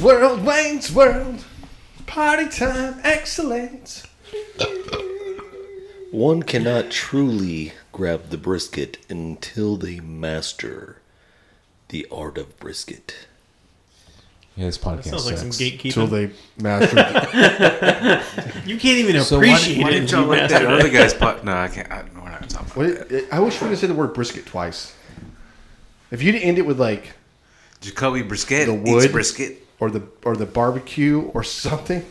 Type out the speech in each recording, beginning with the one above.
World, Wayne's World. Party time, excellent. One cannot truly grab the brisket until they master the art of brisket. Yeah, this podcast Sounds like some sucks. Till gatekeeping. they master. you can't even So why- appreciate why it. didn't if Don't you let master that it. other guy's pot. No, I can't. I, we're not talking about. What- I wish we could say the word brisket twice. If you'd end it with like it. Jacoby Brisket. the eats wood brisket. or the or the barbecue or something,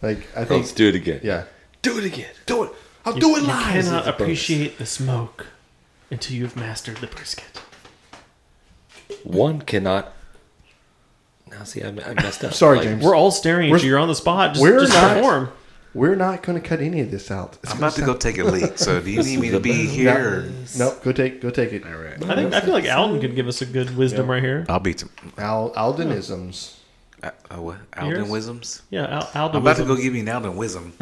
like I think Let's do it again. yeah. Do it again. Do it. I'll You, do it you live. cannot appreciate the smoke until you've mastered the brisket. One cannot. Now, see, I, I messed up. Sorry, Like, James. We're all staring at We're- you. You're on the spot. Just, we're just not- perform. We're not going to cut any of this out. It's I'm gonna about to go take a leak. So do you need me to be sound- here? Or? No, no, go take go take it. All right. I think I feel like Alden could give us a good wisdom right here. I'll beat some. Al, Aldenisms. Uh, uh, what? Alden Yours? Wisdoms. Yeah, Al- Alden. I'm about to wisdom. go give you an Alden Wisdom.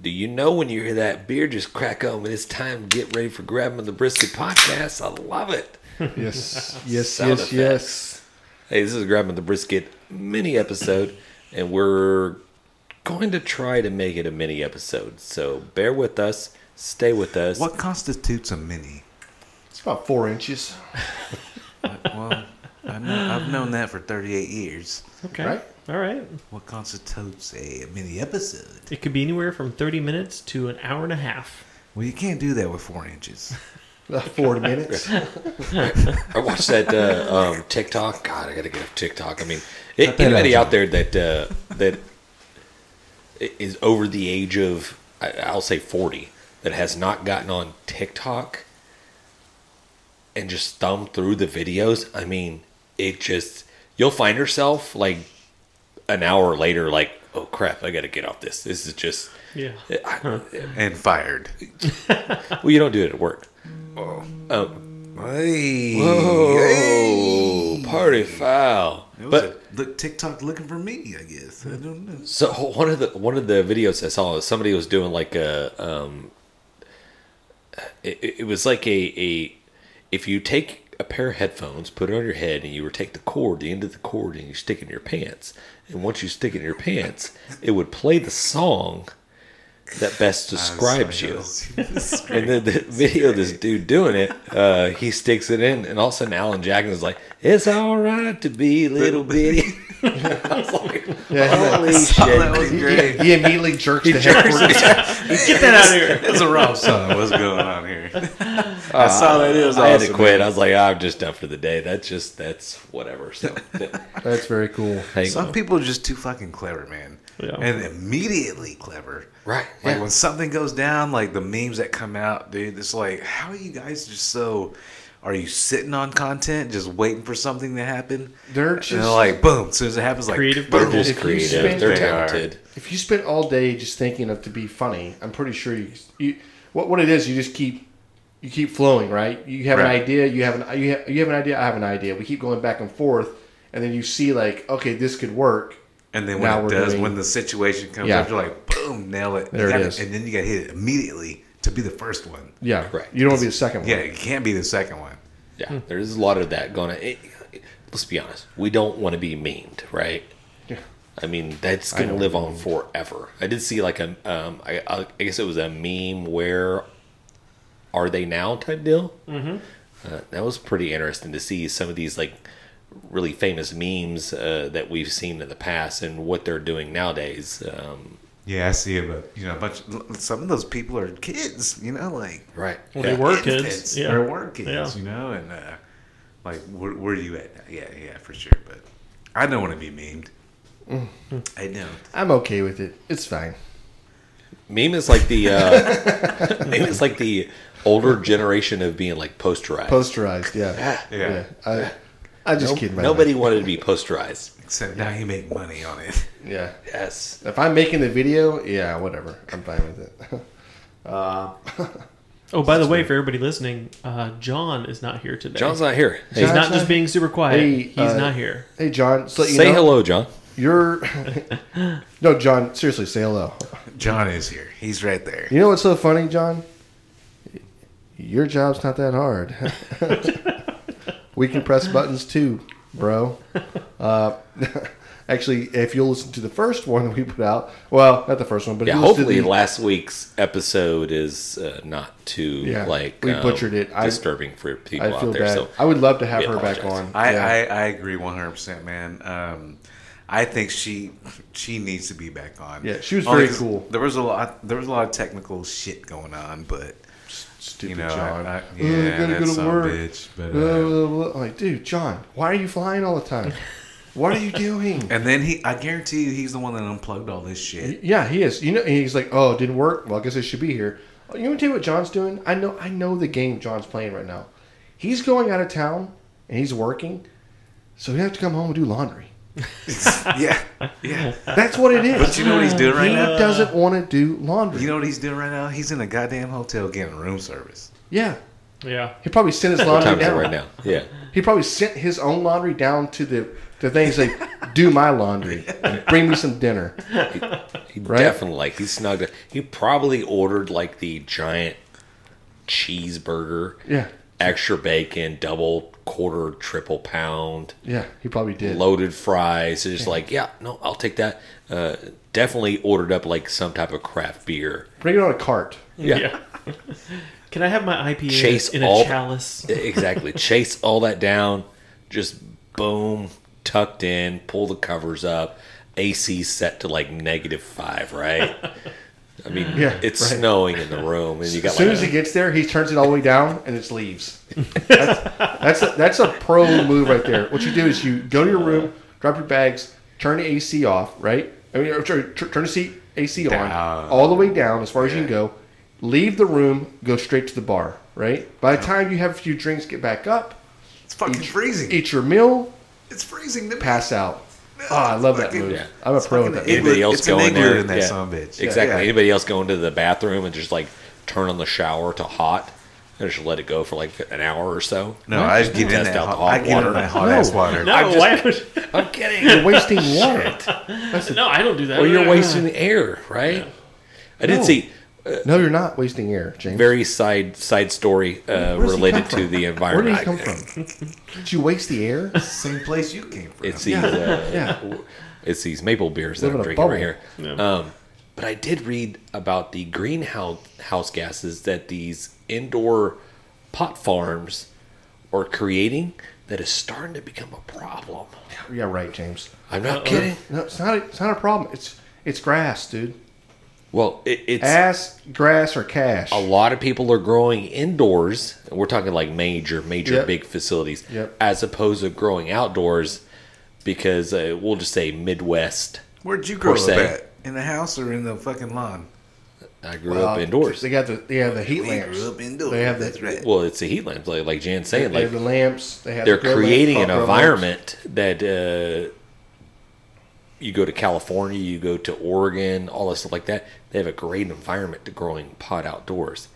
Do you know when you hear that beer just crack open? It's time to get ready for grabbing the brisket podcast. I love it. Yes, yes, Sound yes, yes. effects. Hey, this is grabbing the brisket mini episode, and we're going to try to make it a mini episode. So bear with us, stay with us. What constitutes a mini? It's about four inches, Well, I know, I've known that for 38 years. Okay. right? All right. What constitutes a mini episode? It could be anywhere from 30 minutes to an hour and a half. Well, you can't do that with four inches. About forty minutes. I watched that uh, um, TikTok. God, I gotta get off TikTok. I mean, it, that anybody out, out there that uh, that i- is over the age of, I, I'll say forty, that has not gotten on TikTok and just thumb through the videos. I mean, it just you'll find yourself like an hour later, like, oh crap, I gotta get off this. This is just. Yeah. I- And fired. well, you don't do it at work. Oh. Um, Hey. Whoa, oh, party foul! It was But a, look, TikTok looking for me, I guess. I don't know. So one of the one of the videos I saw is somebody was doing like a um it, it- it was like a a if you take a pair of headphones, put it on your head, and you would take the cord, the end of the cord, and you stick it in your pants. And once you stick it in your pants, it would play the song that best describes you. And then the video of this dude doing it, uh, he sticks it in, and all of a sudden Alan Jackson is like, "It's all right to be little bitty." I was like, Yeah, "Holy that shit!" was he, great. he, he immediately jerks the headquarters. Get that out of here. It's a raw song. What's going on here? Uh, I saw that. It was I had to awesome, quit. man. I was like, "Ah, I'm just done for the day. That's just that's whatever. So That's very cool. hey, Some people are just too fucking clever, man. Yeah. And immediately clever. right? Like yeah. when something goes down, like the memes that come out, dude, it's like, how are you guys just so? Are you sitting on content, just waiting for something to happen? They're And just- like, boom, as soon as it happens, like, Creative boom. They're just If you creative. spend- They're They are. talented. If you spent all day just thinking of to be funny, I'm pretty sure you, you what what it is. You just keep you keep flowing, right? You have Right. an idea. You have an you have, you have an idea. I have an idea. We keep going back and forth, and then you see like, okay, this could work. And then Now when it we're does, doing- when the situation comes Yeah. up, you're like, boom, nail it. You There it gotta- is. And then you got to hit it immediately to be the first one. Yeah, Correct. You don't want to be the second one. Yeah, you can't be the second one. Yeah, there's a lot of that going. On. It, it- let's be honest. We don't want to be memed, right? Yeah. I mean, that's gonna live on forever. I did see like a, um, I, I I guess it was a meme where are they now type deal. Mm-hmm. Uh, that was pretty interesting to see some of these like really famous memes uh, that we've seen in the past and what they're doing nowadays. Um, Yeah, I see it, but you know, a bunch. Some of those people are kids, you know, like right. Well, they were kids. infants. Yeah. They're working, Yeah. you know, and uh, like where, where are you at? Now? Yeah, yeah, for sure. But I don't want to be memed. Mm. I don't. I'm okay with it. It's fine. Meme is like the uh, meme is like the older generation of being like posterized. Posterized. Yeah. Yeah. I, I just kidding. about Nobody wanted to be posterized. Except now you make money on it. that. Yeah. Yes. If I'm making the video, yeah, whatever. I'm fine with it. Oh, by the way, for everybody listening, uh, John is not here today. John's not here. Hey, He's John's not not- just being super quiet. Hey, He's uh, not here. hey, John. So you say know, hello, John. You're no, John. Seriously, say hello. John is here. He's right there. You know what's so funny, John? Your job's not that hard. we can press buttons too, bro. Uh, Actually, if you'll listen to the first one we put out, well, not the first one, but if Yeah, you listen to hopefully the- last week's episode is uh, not too Yeah, like we um, butchered it. I- disturbing for people I feel out there. bad. So I would love to have we her back apologize. on. I, Yeah. I, I agree 100%, man. Um, I think she she needs to be back on. Yeah, she was Only very 'cause cool. There was a lot there was a lot of technical shit going on, but Stupid you know, John. I, I, Oh, yeah, gotta go that to son of a work. bitch. But, Blah, uh, blah, blah. I'm like, dude, John, why are you flying all the time? What are you doing? and then he, I guarantee you, he's the one that unplugged all this shit. yeah, he is. You know, he's like, oh, it didn't work. Well, I guess I should be here. Oh, You want to tell you what John's doing? I know, I know the game John's playing right now. He's going out of town and he's working, so he has to come home and do laundry. yeah, yeah. That's what it is. But you know what he's doing right he now? doesn't want to do laundry. You know what he's doing right now? He's in a goddamn hotel getting room service. yeah, Yeah. he probably sent his What laundry time is it down. right now? Yeah. He probably sent his own laundry down to the the things like, do my laundry, and bring me some dinner. He Right? definitely like he snugged it. He probably ordered like the giant cheeseburger. Yeah. Extra bacon, double, quarter, triple pound, Yeah, he probably did. loaded fries. It's just like, yeah, no, I'll take that. Uh, definitely ordered up like some type of craft beer. Bring it on a cart. Yeah. Can I have my IPA Chase in a all- chalice? exactly. Chase all that down, just boom, tucked in, pull the covers up. AC set to like negative five, right? I mean, Yeah, it's right. snowing in the room, and you got As soon like as he gets there, he turns it all the way down and just leaves. That's that's a, that's a pro move right there. What you do is you go to your room, drop your bags, turn the AC off, right? I mean, or turn, turn the seat AC on Down. all the way down as far as you can go. Leave the room, go straight to the bar, right? By the time you have a few drinks, get back up, It's fucking freezing. eat your meal, It's freezing. to pass out. Oh, I love that Fucking- move. Yeah. I'm a pro at that. It's Move. anybody igloo- else it's an going igloo there in that yeah, sonbitch. Yeah. Exactly. Yeah. Anybody else going to the bathroom and just like turn on the shower to hot and just let it go for like an hour or so? No, I just get in Test that. out the Hot, hot I get water. in that hot No. ass water. No, I'm just- why would I'm kidding. You're wasting water. No, I don't do Oh, that. or you're wasting the air, right? I did No. see No, you're not wasting air, James. very side side story uh, Where does he related come to from? the Where environment. did I- he come from? Did you waste the air? Same place you came from. It's these uh, it's these maple beers that Live in I'm a drinking right bubble. here. Um, but I did read about the greenhouse house gases that these indoor pot farms are creating that is starting to become a problem. Yeah, right, James. I'm not kidding. No, it's not. A, it's not a problem. It's it's grass, dude. Well, it, it's Ass, grass, or cash. a lot of people are growing indoors. and We're talking like major, major Yep. big facilities, Yep. as opposed to growing outdoors because uh, we'll just say Midwest. Where'd you grow up se. at? In the house or in the fucking lawn? I grew Uh, up indoors. They got the they have the heat We lamps. grew up indoors. They have the That's right. well, it's a heat lamp, like, like Jan's They saying, like have the lamps. They have. they're the grill creating an lamps, hot grill environment that uh, you go to California, you go to Oregon, all that stuff like that. They have a great environment to growing pot outdoors.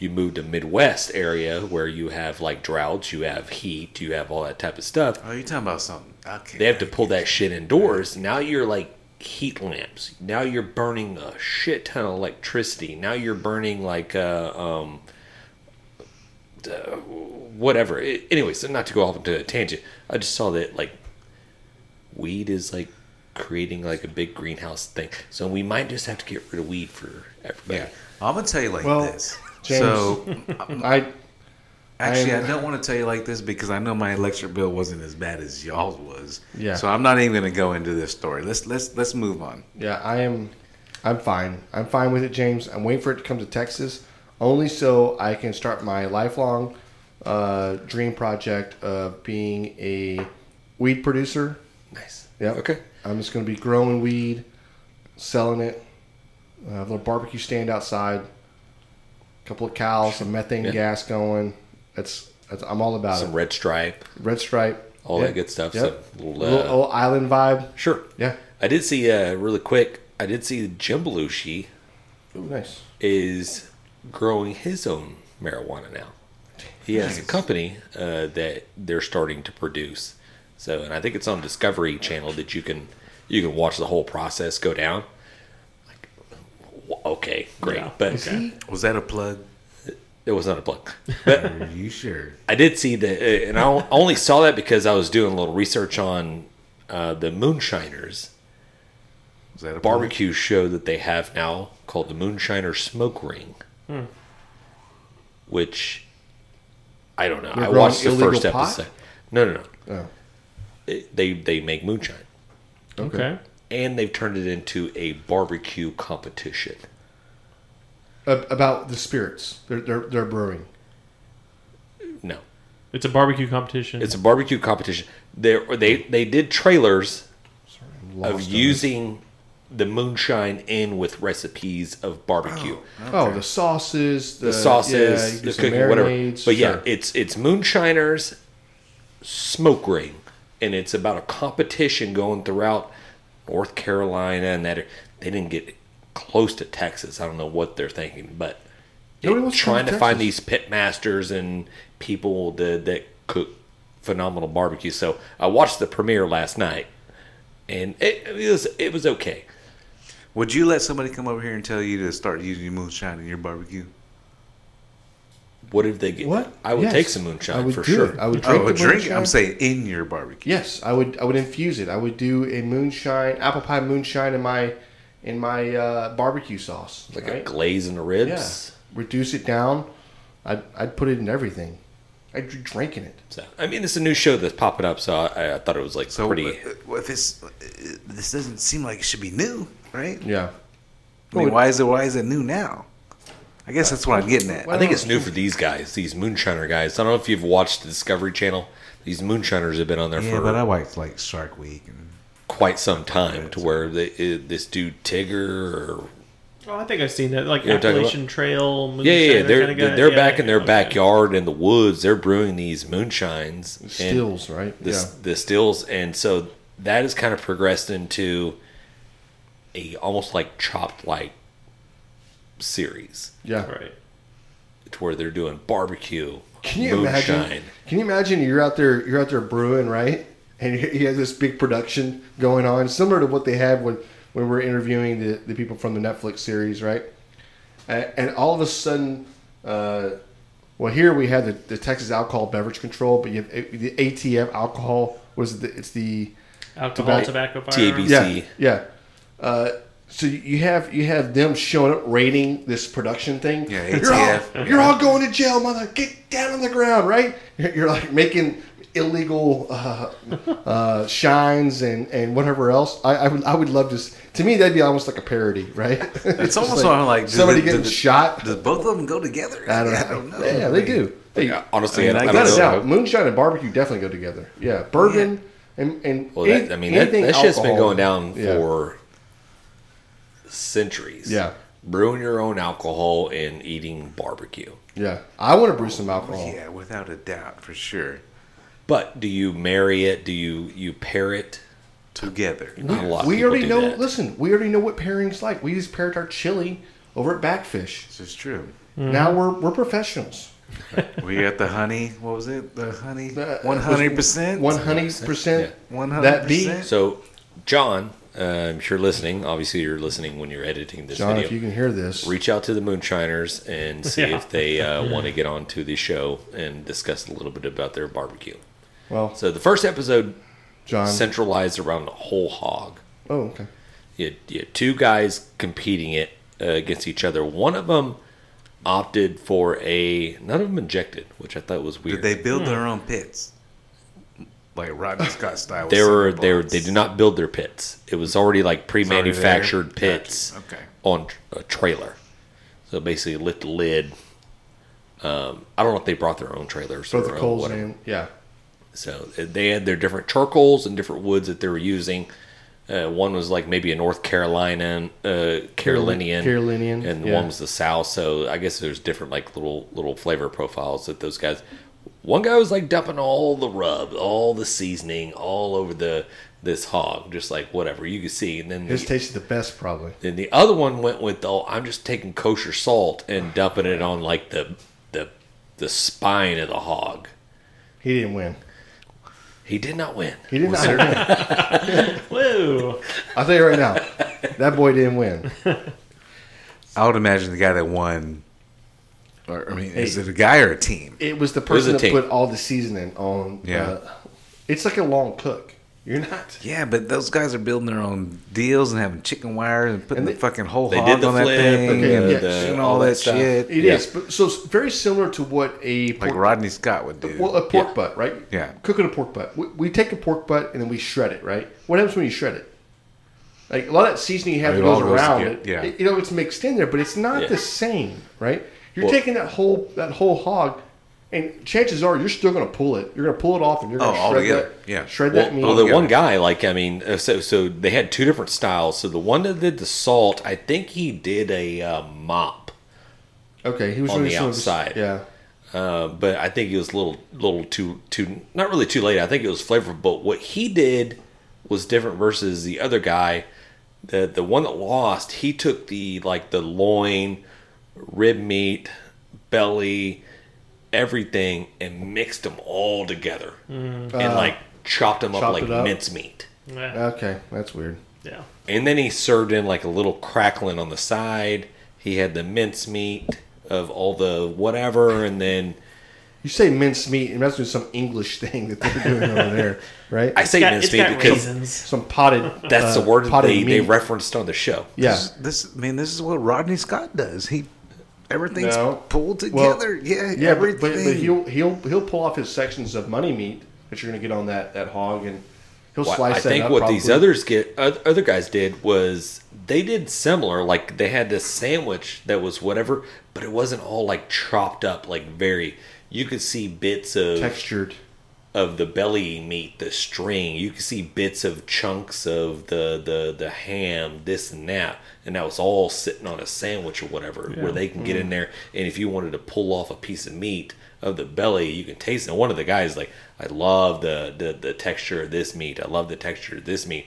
You move to Midwest area where you have like droughts, you have heat, you have all that type of stuff. Oh, you talking about something? Okay. They have to pull that shit indoors. Now you're like heat lamps. Now you're burning a shit ton of electricity. Now you're burning like uh, um, uh, whatever. It, anyways, not to go off into a tangent. I just saw that like weed is like creating like a big greenhouse thing. So we might just have to get rid of weed for everybody. Yeah. I'm gonna tell you like Well, this. James- So lamps. I actually, I'm- I don't want to tell you like this because I know my electric bill wasn't as bad as y'all's was. Yeah. So I'm not even gonna go into this story. Let's let's let's move on. yeah I am. I'm fine. I'm fine with it, James. I'm waiting for it to come to Texas, only so I can start my lifelong uh, dream project of being a weed producer. Nice. Yep. Okay. I'm just going to be growing weed, selling it. I have a little barbecue stand outside. A couple of cows, some methane Yeah. gas going. That's, that's I'm all about Some it. red stripe, Red stripe, all Yeah. that good stuff. Yep. Some little, uh, little, old island vibe. sure. Yeah. I did see uh, really quick. I did see Jim Belushi Ooh, nice. is growing his own marijuana now. He has a company uh, that they're starting to produce. So, and I think it's on Discovery Channel that you can you can watch the whole process go down. Like, w- okay, great, Yeah, but Is he? Was that a plug? it was not a plug. Are you sure? I did see that, uh, and I o- only saw that because I was doing a little research on uh, the Moonshiners Is that a barbecue show that they have now called the Moonshiner Smoke Ring, Hmm. which I don't know. They're I growing watched the illegal first pot? episode. No, no, no. Oh, It- They they make moonshine, okay. Okay. and they've turned it into a barbecue competition. Ab- About the spirits, they're they're, they're brewing. No, It's a barbecue competition. it's a barbecue competition. They they they did trailers I'm of lost on using the moonshine in with recipes of barbecue. this. oh the sauces, the, the yeah, sauces, you do the some cooking, whatever. But marinades, yeah, sure. it's it's moonshiners smoke ring, and it's about a competition going throughout North Carolina and that. They didn't get close to Texas. I don't know what they're thinking, but Nobody it- wants to come trying to to find Texas. these pit masters and people that, that cook phenomenal barbecue. So I watched the premiere last night, and it, it was it was okay. Would you let somebody come over here and tell you to start using moonshine in your barbecue? What if they get? what I would Yes. take some moonshine I would for do sure. it. I would drink. Oh, the drink. moonshine. I'm saying in your barbecue. Yes, I would. I would infuse it. I would do a moonshine, apple pie moonshine in my in my uh, barbecue sauce. like a right? glaze in the yeah. ribs. Reduce it down. I'd I'd put it in everything. I'd be drinking it. So I mean, it's a new show that's popping up, so I, I thought it was like So pretty. uh, what this uh, this doesn't seem like it should be new, right? Yeah. I mean, why is it why is it new now? I guess that's what I'm getting at. I think it's new for these guys, these moonshiner guys. I don't know if you've watched the Discovery Channel. These moonshiners have been on there Yeah, for but I watched like Shark Week and quite some time. To where they, it, this dude Tigger, or, oh, I think I've seen that. Like You know what I'm talking Appalachian Trail. yeah, yeah, yeah, moonshiner they're kinda guy. they're Yeah, back yeah, in their okay. backyard in the woods. They're brewing these moonshines, and Stills, right? the the stills, and so that has kind of progressed into a almost like chopped like series. yeah. Yeah. Right. to where they're doing barbecue, Can you imagine? Can you imagine you're out there you're out there brewing, right? And you you have this big production going on, similar to what they had when when we were interviewing the, the people from the Netflix series, right? A- And all of a sudden, uh, well, here we had the, the Texas Alcohol Beverage Control, but you have it- the ATF alcohol was the, it's the Alcohol, Tobacco- tobacco, TABC. firearms. yeah see. yeah. Uh, so you have you have them showing up rating this production thing. Yeah, you're ATF. all, you're all going to jail, mother. Get down on the ground, right? You're you're, like making illegal uh, uh, shines and, and whatever else. I, I would I would love to. s- To me, that'd be almost like a parody, right? it's Just almost like, like do somebody the- getting do the- shot. Does both of them go together? I don't, Yeah, know. Yeah, they do. They, Yeah, honestly, I mean, I, I I without don't a guess- know. doubt, moonshine and barbecue definitely go together. Yeah, bourbon and and Well, that, any- I mean, that, anything that shit's been alcohol. going down Yeah. for centuries. Yeah. brewing your own alcohol and eating barbecue. Yeah, I want to brew some alcohol. Oh, Yeah, without a doubt, for sure. But do you marry it? Do you you pair it? Together. Not a lot. of we people already do know. that. Listen, we already know what pairings like. We just paired our chili over at Backfish. This is true. Mm-hmm. Now we're we're professionals. We got the honey. What was it? The honey. The- uh, One hundred percent. One hundred percent. Yeah. That be 100%. So, John, uh, if you're listening, obviously you're listening when you're editing this John, video. if you can hear this, reach out to the moonshiners and see if they uh, want to get on to the show and discuss a little bit about their barbecue well, so the first episode John. centralized around the whole hog Oh, okay. you had, you had two guys competing it uh, against each other one of them opted for a none of them injected which i thought was weird Did they build their own pits? Like Rodney Scott style. with they were cinder they were blocks. they did not build their pits. It was already like pre-manufactured It's already there? pits Gotcha. Okay. on tr- a trailer. So basically, lift the lid. Um, I don't know if they brought their own trailers. Both or the own coals whatever. and yeah, So uh, they had their different charcoals and different woods that they were using. Uh, one was like maybe a North Carolina, uh, Carolinian, Carolinian, and yeah. one was the South. So I guess there's different like little little flavor profiles that those guys. One guy was like dumping all the rub, all the seasoning, all over the this hog, just like whatever you could see. And then his the, taste is the best probably. then the other one went with oh, I'm just taking kosher salt and dumping it on like the the the spine of the hog. He didn't win. He did not win. He did not win. Whoa. I'll tell you right now, that boy didn't win. I would imagine the guy that won. Or, I mean, is it a guy or a team? It was the was person a that team. put all the seasoning on. Yeah. uh, it's like a long cook. You're not. Yeah, but those guys are building their own deals and having chicken wires and putting And the they- fucking whole they hog did the on that flip, thing okay, and, yeah, and the- all, all that, that stuff. shit. It is, Yeah. But, so it's very similar to what a pork, Like Rodney Scott would do. well, uh, a pork butt, right? Yeah. Cooking a pork butt. We, we take a pork butt and then we shred it, right? What happens when you shred it? Like a lot of that seasoning you have It that all goes goes around together, it, yeah. it, you know, it's mixed in there, but it's not Yeah. the same, right? You're Well- taking that whole that whole hog, and chances are you're still going to pull it. You're going to pull it off, and you're going Oh, to all shred together, that. yeah. shred Well, that meat. well, the yeah. one guy, like I mean, uh, so so they had two different styles. So the one that did the salt, I think he did a uh, mop, okay, he was on doing the some of this- outside. Yeah. uh, but I think he was a little little too too not really too late. I think it was flavorful, but what he did was different versus the other guy. The the one that lost, he took the like the loin, rib meat, belly, everything, and mixed them all together, and like chopped them Uh, chopped up like it up? mincemeat. Yeah. Okay, that's weird. yeah. And then he served in like a little crackling on the side. He had the mincemeat of all the whatever, and then You say minced meat, it must be some English thing that they're doing over there, right? I say It's got- it's mincemeat got because raisins. some potted. that's uh, the word that potted they, they meat. referenced on the show. Yeah. This- This, man, this is what Rodney Scott does. He everything's No. pulled Well, together. yeah, yeah, but, everything. but, but he'll he'll he'll pull off his sections of money meat that you're going to get on that that hog, and he'll Well, slice I that think up what these properly. others get, oth- other guys did was they did similar. Like they had this sandwich that was whatever, but it wasn't all like chopped up. Like very, you could see bits of textured. of the belly meat, the string. You could see bits of chunks of the the the ham, this and that, and that was all sitting on a sandwich or whatever, where they can get Mm. in there. And if you wanted to pull off a piece of meat of the belly, you can taste it. And one of the guys like, I love the the the texture of this meat. I love the texture of this meat.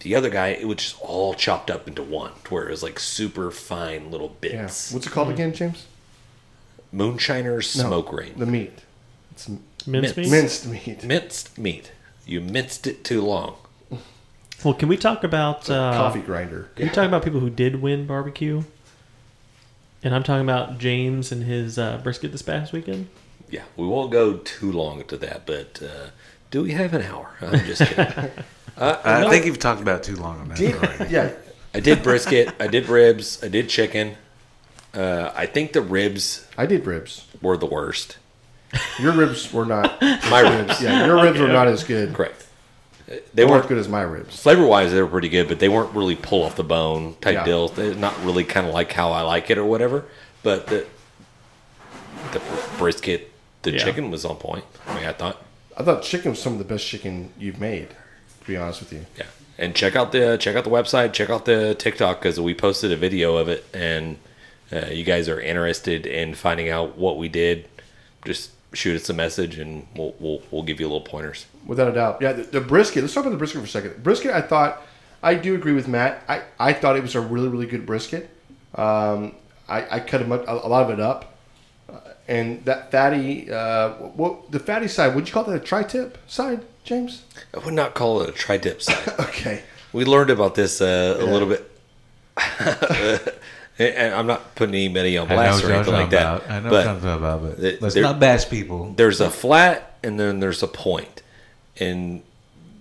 The other guy, it was just all chopped up into one, to where it was like super fine little Yeah. bits. What's it called again, James? Moonshiner's No, smoke ring, The meat. It's m- Mincemeat. minced meat. minced meat. You minced it too long. Well, can we talk about uh, Coffee grinder. Can we talk about people who did win barbecue? And I'm talking about James and his uh, brisket this past weekend. yeah, we won't go too long into that, but uh, do we have an hour? I'm just kidding. I think you've talked about it too long on that. already. Yeah. I did brisket, I did ribs, I did chicken. Uh, I think the ribs I did ribs. were the worst. Your ribs were not. My ribs, Yeah, your ribs were not as good. correct. Uh, They They weren't weren't good as my ribs. flavor wise. They were pretty good, but they weren't really pull off the bone type Yeah. deals. They're not really kind of like how I like it or whatever. But the the br- brisket, the Yeah. chicken was on point. I mean, I thought, I thought chicken was some of the best chicken you've made. To be honest with you. yeah. And check out the check out the website, check out the TikTok because we posted a video of it, and uh, you guys are interested in finding out what we did. Just shoot us a message, and we'll we'll, we'll give you little pointers. Without a doubt. Yeah, the, the brisket. Let's talk about the brisket for a second. Brisket, I thought, I do agree with Matt. I, I thought it was a really, really good brisket. Um, I, I cut a, much, a lot of it up. Uh, and that fatty, uh, what, the fatty side, would you call that a tri tip side, James? I would not call it a tri dip side. Okay. we learned about this uh, a Yeah. little bit. And- and I'm not putting anybody on I know blast what or you're anything talking like that. about. I know but what you're talking about, but th- Let's there- not bash people. there's a flat and then there's a point. And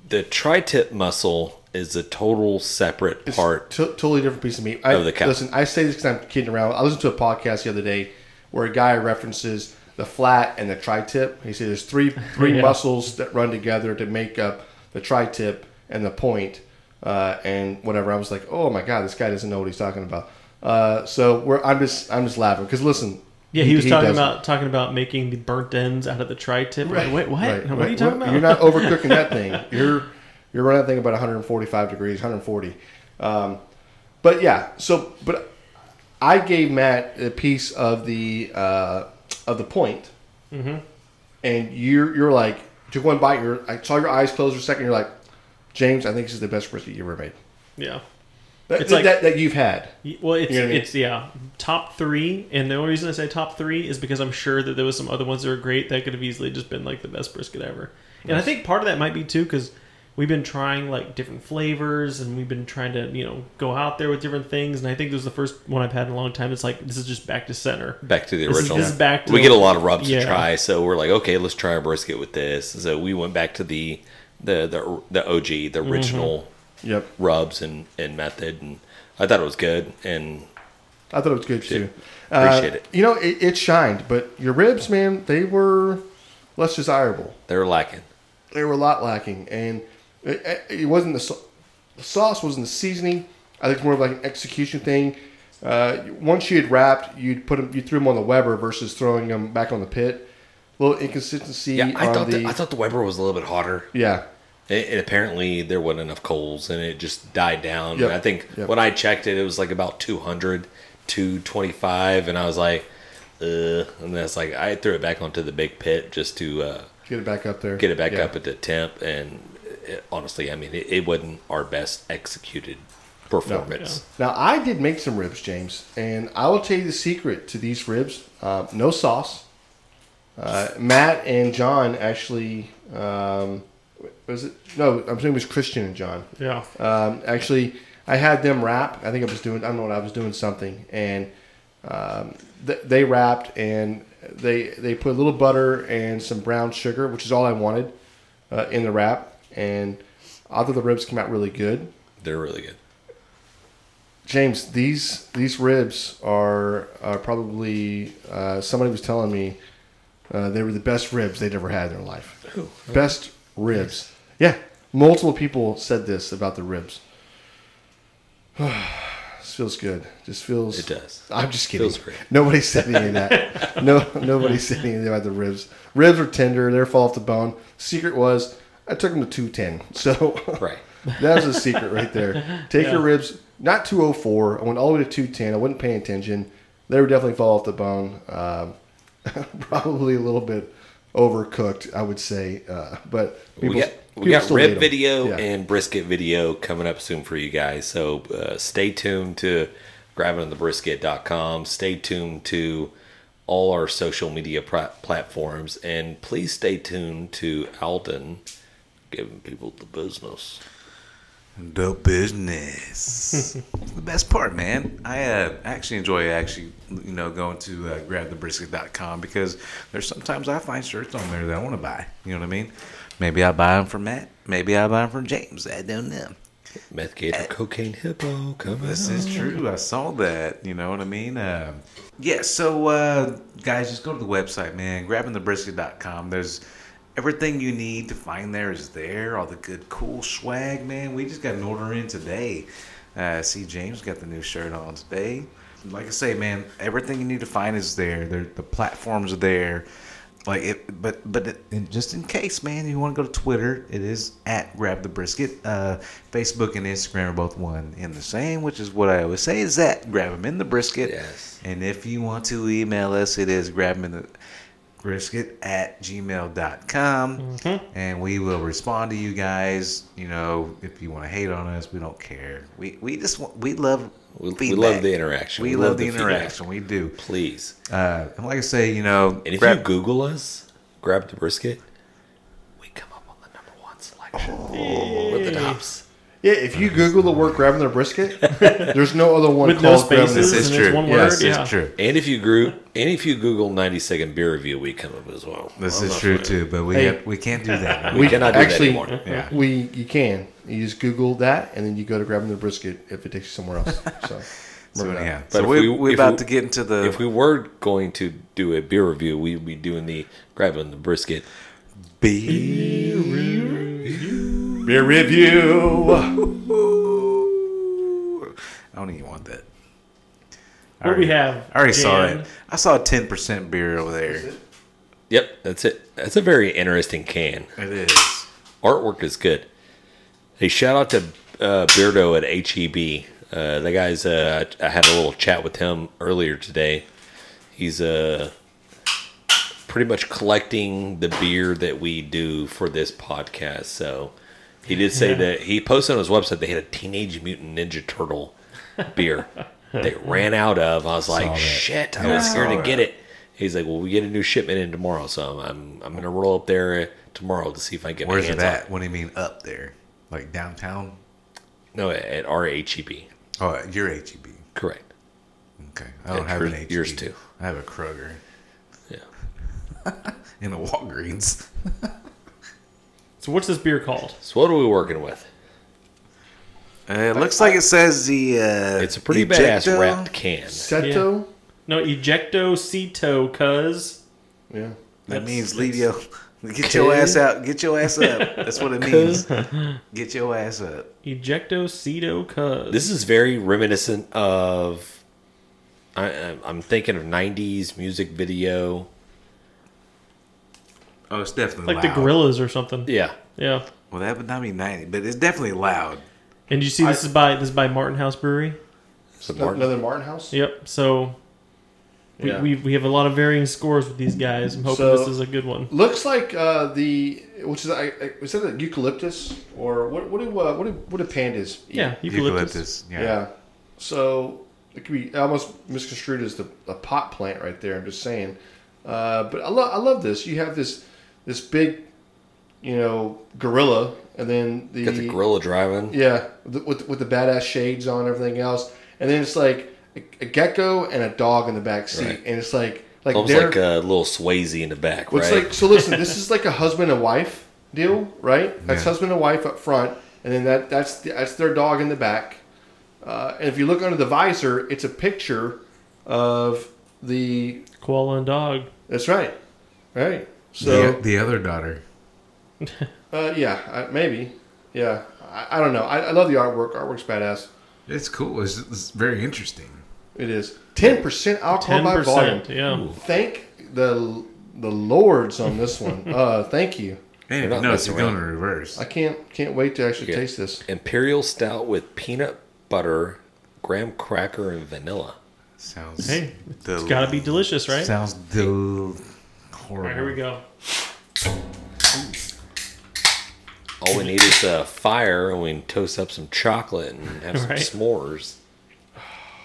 the tri tip muscle is a total separate part. T- totally different piece of meat. I, Of the cow. Listen, I say this because I'm kidding around. I listened to a podcast the other day where a guy references the flat and the tri-tip. He said there's three three Yeah. muscles that run together to make up the tri-tip and the point uh, and whatever. I was like, oh my god, this guy doesn't know what he's talking about. Uh, so we're, I'm just I'm just laughing because listen, Yeah, he, was talking doesn't. about talking about making the burnt ends out of the tri-tip. Right. Wait, what? Right, What are right. you talking We're- about? You're not overcooking that thing. You're you're running that thing about 145 degrees, 140. Um, but yeah, so but I gave Matt a piece of the uh, of the point, Mm-hmm. and you're you're like took one bite. You're I saw your eyes close for a second. You're like, James, I think this is the best brisket you ever made. yeah. That, It's like- that, that you've had. Y- Well, it's You know what I mean? it's yeah, top three. And the only reason I say top three is because I'm sure that there was some other ones that were great that could have easily just been like the best brisket ever. And I think part of that might be too because we've been trying like different flavors and we've been trying to you know go out there with different things. And I think this was the first one I've had in a long time. It's like this is just back to center. Back to the This is- original. this is back to we the- get a lot of rubs Yeah. to try, so we're like, okay, let's try a brisket with this. So we went back to the the the the OG, Mm-hmm. the original Yep. rubs and, and method, and I thought it was good. And I thought it was good too. Appreciate Uh, it. You know, it, it shined, but your ribs, man, they were less desirable. they were lacking. They were a lot lacking, and it, it wasn't the, sau- the sauce wasn't the seasoning. I think it's more of like an execution thing. Uh, once you had wrapped, you'd put them, you threw them on the Weber versus throwing them back on the pit. little inconsistency Yeah, I on thought the, the, I thought the Weber was a little bit hotter. yeah, It, it apparently there wasn't enough coals, and it just died down. Yep. And I think Yep. when I checked it, it was like about 200, 225, and I was like, Ugh. and that's like I threw it back onto the big pit just to uh, get it back up there. get it back Yeah. up at the temp. And it, honestly, I mean, it, it wasn't our best executed performance. Now I did make some ribs, James, and I will tell you the secret to these ribs: uh, no sauce. Uh, Matt and John actually um, was it? No, I'm saying it was Christian and John. Yeah. Um, actually, I had them wrap. I think I was doing. I don't know what I was doing something, and um, th- they wrapped and they they put a little butter and some brown sugar, which is all I wanted, uh, in the wrap. And I thought the ribs came out really good. They're really good. James, these these ribs are are probably uh, somebody was telling me uh, they were the best ribs they'd ever had in their life. Best ribs. Yeah, multiple people said this about the ribs. this feels good. Just feels. It does. I'm just kidding. Feels great. Nobody said any of that. no, nobody said anything about the ribs. Ribs are tender. They're fall off the bone. Secret was I took them to 210. So Right. that was a secret right there. Take your ribs, not 204. I went all the way to 210. I wasn't paying attention. They were definitely fall off the bone. Um, probably a little bit overcooked, I would say. Uh, but we got, we people got still ate rib them. video Yeah. and brisket video coming up soon for you guys. So uh, stay tuned to grabbingthebrisket.com. Stay tuned to all our social media pra- platforms. And please stay tuned to Alden giving people the business. The business. It's the best part, man. I uh, actually enjoy actually, you know, going to uh, grabthebrisket.com because there's sometimes I find shirts on there that I want to buy. You know what I mean? Maybe I buy them for Matt. Maybe I buy them for James. I don't know. Meth Gator Cocaine Hippo coming Uh, This up. is true. I saw that. You know what I mean? Um yeah, so uh, guys, just go to the website, man. Grabbingthebrisket.com. There's everything you need to find there is there. All the good, cool swag, man. We just got an order in today. Uh, see, James got the new shirt on today. Like I say, man, everything you need to find is there. There, the platforms are there. Like it, but but it, and just in case, man, you want to go to Twitter, it is at grab the brisket. Uh, Facebook and Instagram are both one and the same, which is what I always say is that grab them in the brisket. Yes. And if you want to email us, it is grab them in the brisket at gmail.com Mm-hmm. and we will respond to you guys. You know, if you want to hate on us, we don't care. We we just want, we love We- we feedback. love the interaction. We, We love, love the, the feedback. interaction. We do. Please. Uh, and like I say, you know, And if grab- you Google us, grab the brisket, we come up on the number one selection. With the tops. Yeah, if you Google the word grabbing their brisket, there's no other one With no called grabbing their spaces. this brisket. is and it's true. one yes, word, it's yeah. true. And if you grew, and if you Google ninety second beer review, we come up as well. This Well, is that's true right. too, but we Hey. have, we can't do that. We cannot do actually, that anymore. Yeah. we you can. You just Google that, and then you go to grabbing their brisket if it takes you somewhere else. So, So, remember that. yeah. But so if we, we- we're if about we- to get into the If we were going to do a beer review, we'd be doing the grabbing the brisket. beer Beer review. review. I don't even want that. I What do we already- have, I already saw Jan? it. I saw a ten percent beer over there. Yep, that's it. That's a very interesting can. It is. Artwork is good. Hey, shout out to uh, Beardo at HEB. Uh, the guy's. Uh, I I had a little chat with him earlier today. He's uh, pretty much collecting the beer that we do for this podcast. So he did say that he posted on his website they had a Teenage Mutant Ninja Turtle beer they ran out of. I was like, that. shit, I was here to get it. He's like, well, we get a new shipment in tomorrow, so I'm I'm, I'm gonna roll up there tomorrow to see if I can get Where's my hands it on at? What do you mean up there? Like downtown? No, at our HEB. Oh, at your HEB. Correct. Okay. I don't At have yours- an HEB. yours too. I have a Kroger Yeah. and a Walgreens. So what's this beer called? So what are we working with? Uh, it looks like it says the. Uh, It's a pretty Ejecto. badass wrapped can. Seto. No, ejecto cito, cuz. Yeah. That That's- means leave your. Get your ass out. Get your ass up. That's what it means. Get your ass up. Ejecto cito, cuz. This is very reminiscent of. I, I'm- I'm thinking of '90s music video. Oh, it's definitely like loud. the gorillas or something. Yeah, Yeah. Well, that would not be 90, but it's definitely loud. And you see, this is by this is by Martin House Brewery. It's a Another- Martin- Another Martin House. Yep. So we, Yeah. we, we have a lot of varying scores with these guys. I'm hoping So- this is a good one. Looks like uh, the which is I, I was that the eucalyptus or what? What do uh, what do what do pandas? Eat? Yeah, eucalyptus. yeah. So it could be almost misconstrued as the a pot plant right there. I'm just saying. Uh, but I love I love this. You have this this big, you know, gorilla, and then the, got the gorilla driving. yeah the, with with the badass shades on and everything else, and then it's like a, a gecko and a dog in the back seat, Right. and it's like like Almost they're- like uh, a little Swayze in the back, well, right? It's like so. Listen, this is like a husband and wife deal, right? That's Yeah. husband and wife up front, and then that that's that's their dog in the back. Uh, and if you look under the visor, it's a picture of the. Koala and dog. That's right, right. So the other daughter. uh, yeah, I, maybe, yeah. I, I don't know. I, I love the artwork. Artwork's badass. It's cool. It's, it's very interesting. It is ten percent alcohol Ten by volume. percent. Yeah. Thank the the lords on this one. uh, thank you. And not no, it's messing going around. in reverse. I can't can't wait to actually Yeah. taste this. Imperial stout with peanut butter, graham cracker, and vanilla. Sounds. Hey, it's gotta be delicious, right? Sounds del. All Horrible. right, here we go. All we need is a fire, and we can toast up some chocolate and have some Right. s'mores.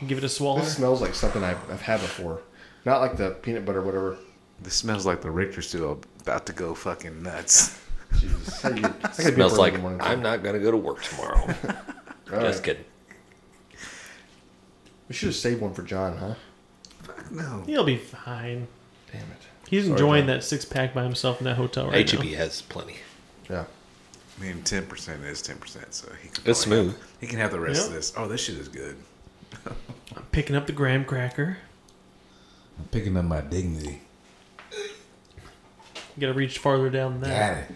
Give it a swallow. This smells like something I've, I've had before. Not like the peanut butter, whatever. This smells like the Richter stool about to go fucking nuts. Jesus. How do you- I gotta be up Smells early like in the morning. I'm not gonna go to work tomorrow. All Just right. kidding. We should have saved one for John, huh? No. He'll be fine. Damn it. He's enjoying that six pack by himself in that hotel right HEB now. E has plenty. Yeah. I mean, 10% is 10%, so he It's can. probably have- smooth. he can have the rest of Yeah. this. Oh, this shit is good. I'm picking up the graham cracker. I'm picking up my dignity. You gotta reach farther down than that.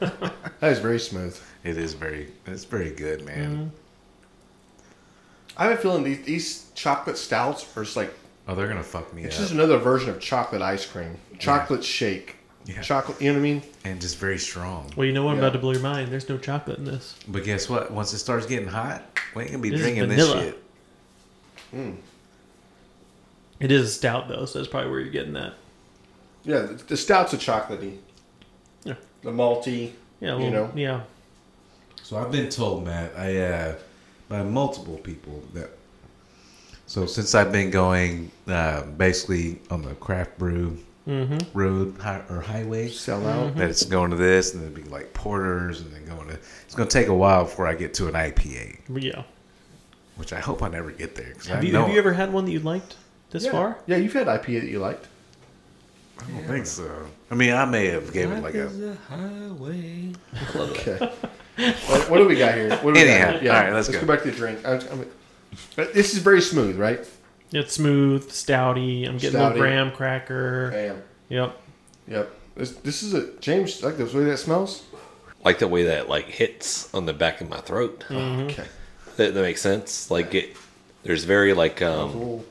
Got it. That is very smooth. It is very. It's very good, Mm-hmm. man. I have a feeling these, these chocolate stouts are just like, Oh, they're gonna fuck me it's up. just another version of chocolate ice cream, chocolate shake, Yeah. chocolate, you know what I mean? and just very strong. Well, you know what? I'm Yeah. about to blow your mind. There's no chocolate in this. But guess what? Once it starts getting hot, we ain't gonna be This is drinking this vanilla. shit. It is a stout though, so that's probably where you're getting that. Yeah, the, the stouts are chocolatey. Yeah. The malty. Yeah, a you little, know? yeah. So I've been told, Matt, I uh, by multiple people that. So since I've been going uh, basically on the craft brew Mm-hmm. road hi- or highway, Sell out. that it's going to this and then be like porters and then going to. It's gonna take a while before I get to an IPA, Yeah. which I hope I never get there. 'cause Have I you, know have you ever had one that you liked this yeah. far? Yeah, you've had IPA that you liked. I don't think so. I mean, I may have gave it like a. highway. Okay. what, what do we got here? What do we Anyhow, got here? all right, let's go. go back to the drink. I'm, I'm, but this is very smooth, right? It's smooth, stouty. I'm getting a Stouty. little graham cracker. Bam. Yep. Yep. This, this is a James. Like the way that smells. Like the way that like hits on the back of my throat. Okay. That, that makes sense. Like it, there's very like um Cool.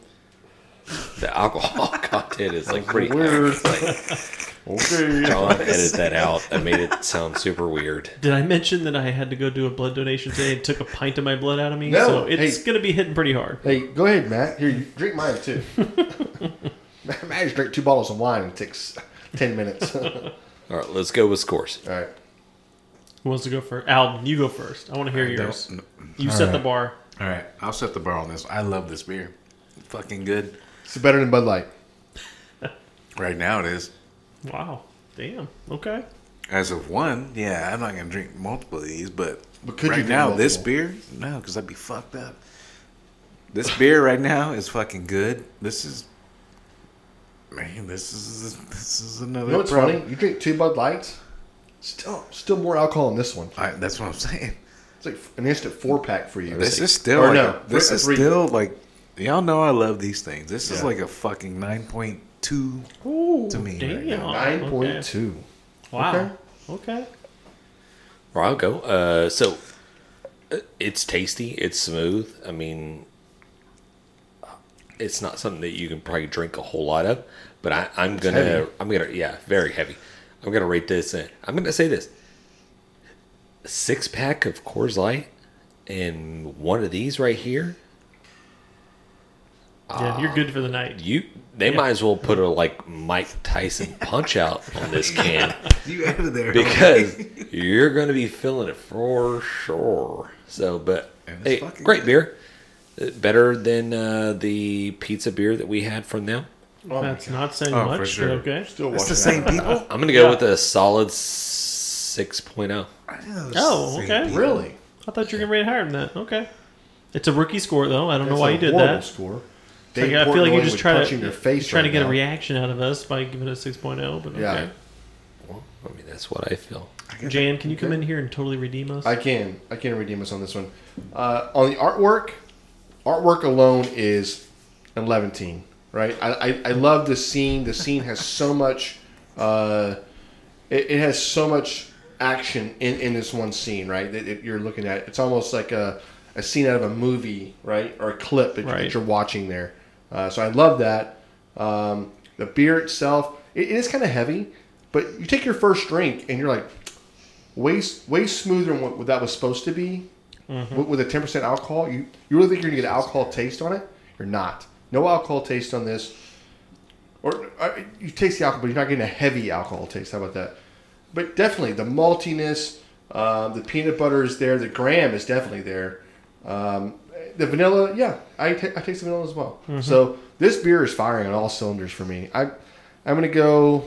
the alcohol content is like pretty. high. Weird. It's like Okay. John edited that out. I made it sound super weird. Did I mention that I had to go do a blood donation today and took a pint of my blood out of me? No. So it's Hey. gonna be hitting pretty hard. Hey, go ahead, Matt. Here, you drink mine too. Matt Matt just drank two bottles of wine and it takes ten minutes. All All right, let's go with scores. right. Who wants to go first? Alden, you go first. I want to hear I yours. don't- You set the bar. All right, I'll set the bar on this. I love this beer. Fucking good. It's better than Bud Light. Right now it is. Wow. Damn. Okay. As of one, yeah, I'm not gonna drink multiple of these, but, But could you right drink now this multiple? beer, no, because I'd be fucked up. This beer right now is fucking good. This is, man, this is this is another. You know what's problem. funny? You drink two Bud Lights, Still, still more alcohol in this one. I, that's what I'm saying. It's like an instant four pack for you. This is still Or like, no, this three- is three. still like y'all know I love these things. This is Yeah. like a fucking nine point two. Ooh, To me right damn. now. Nine point two. Okay. Wow. Okay. Or I'll go. Uh, so uh, it's tasty. It's smooth. I mean, it's not something that you can probably drink a whole lot of. But I, I'm gonna. heavy. I'm gonna. Yeah, very heavy. I'm gonna rate this. In. I'm gonna say this. Six pack of Coors Light and one of these right here. Yeah, Ah. you're good for the night. You. They Yeah. might as well put a like Mike Tyson punch out on this can. You out of there because you're going to be feeling it for sure. So, but And it's hey, fucking great good. beer, Uh, better than uh, the pizza beer that we had from them. Oh my That's not saying Oh, for much, but sure. okay. Still It's watching the that. same people. I'm going to go Yeah. with a solid six point oh. Oh, okay. Really? I thought you were gonna rate higher than that. Okay. It's a rookie score though. I don't know That's why a you did horrible that. Score. Like, Dave I feel like you Portnoy just would try punch to you in your face trying right to get now. a reaction out of us by giving it a 6.0, but Yeah. okay. I mean, that's what I feel. Jan, can you come in here and totally redeem us? I can. I can redeem us on this one. Uh, on the artwork, artwork alone is eleventeen. Right. I, I, I love the scene. The scene has so much. Uh, it, it has so much action in, in this one scene. Right. That it, you're looking at. It's almost like a a scene out of a movie. Right. Or a clip that, Right. that you're watching there. Uh, so I love that. Um, the beer itself, it- it is kind of heavy, but you take your first drink and you're like, way way smoother than what that was supposed to be. With, with a ten percent alcohol, you you really think you're gonna get alcohol taste on it? You're not. No alcohol taste on this. Or uh, you taste the alcohol, but you're not getting a heavy alcohol taste. How about that? But definitely the maltiness, uh, the peanut butter is there. The graham is definitely there. Um, the vanilla, yeah, I ta- I taste the vanilla as well. So this beer is firing on all cylinders for me. I I'm gonna go.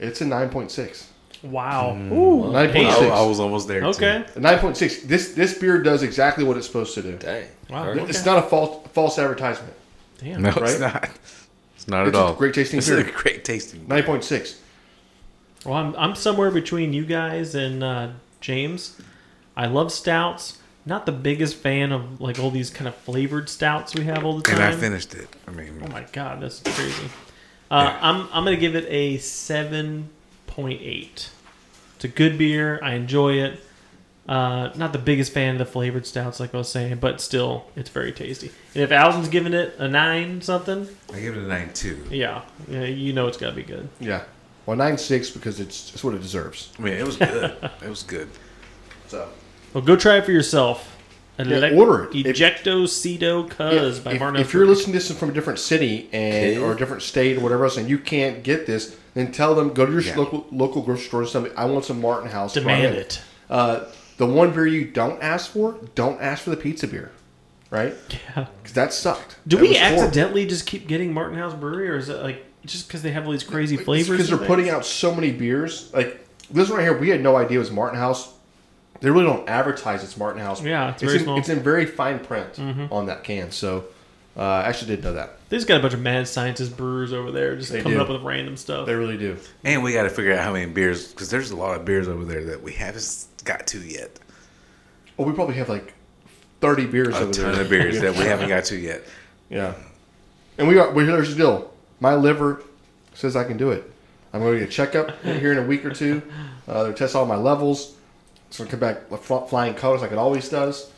It's a nine point six. wow. Hmm. Ooh. Nine damn. point I, six. I was almost there. too. Okay. The 9.6. This this beer does exactly what it's supposed to do. Dang. Wow. All Okay. It's not a false false advertisement. Damn. No, Right? it's not. It's not It's at a all. great tasting This beer. is a great tasting. beer. 9.6. Well, I'm, I'm somewhere between you guys and uh, James. I love stouts. Not the biggest fan of like all these kind of flavored stouts we have all the time. And I finished it. I mean, Oh my god, that's crazy. Uh, I'm I'm gonna give it a seven point eight. It's a good beer. I enjoy it. Uh, not the biggest fan of the flavored stouts, like I was saying, but still, it's very tasty. And if Alden's giving it a nine something, I give it a nine two. yeah, yeah you know it's gotta be good. Yeah. Well, 9.6 because it's, it's what it deserves. I mean, it was good. it was good. So Well, go try it for yourself. Elec- order it. If- Ejecto Cedo Cuz by if, Marno. if you're Fruit. listening to this from a different city and Okay. or a different state or whatever else, and you can't get this, then tell them go to your Yeah. local local grocery store. or Something. I want some Martin House. demand Right. it. Uh, the one beer you don't ask for, don't ask for the pizza beer, right? Yeah. Because that sucked. Do That we was horrible. accidentally just keep getting Martin House Brewery, or is it like just because they have all these crazy flavors? because they're and putting things? out so many beers. Like this one right here, we had no idea it was Martin House. They really don't advertise it's Martin House. Yeah, it's very in, small. Mm-hmm. It's in very fine print on that can. So uh, I actually did know that. They just got a bunch of mad scientist brewers over there just They coming do. up with random stuff. They really do. And we got to figure out how many beers because there's a lot of beers over there that we haven't got to yet. Oh, we probably have like thirty beers A over ton there. of beers that we haven't got to yet. Yeah, and we are. Well, here's the deal. My liver says I can do it. I'm going to get a checkup here in a week or two. Uh, they test all my levels. It's going to come back with fl- flying colors like it always does,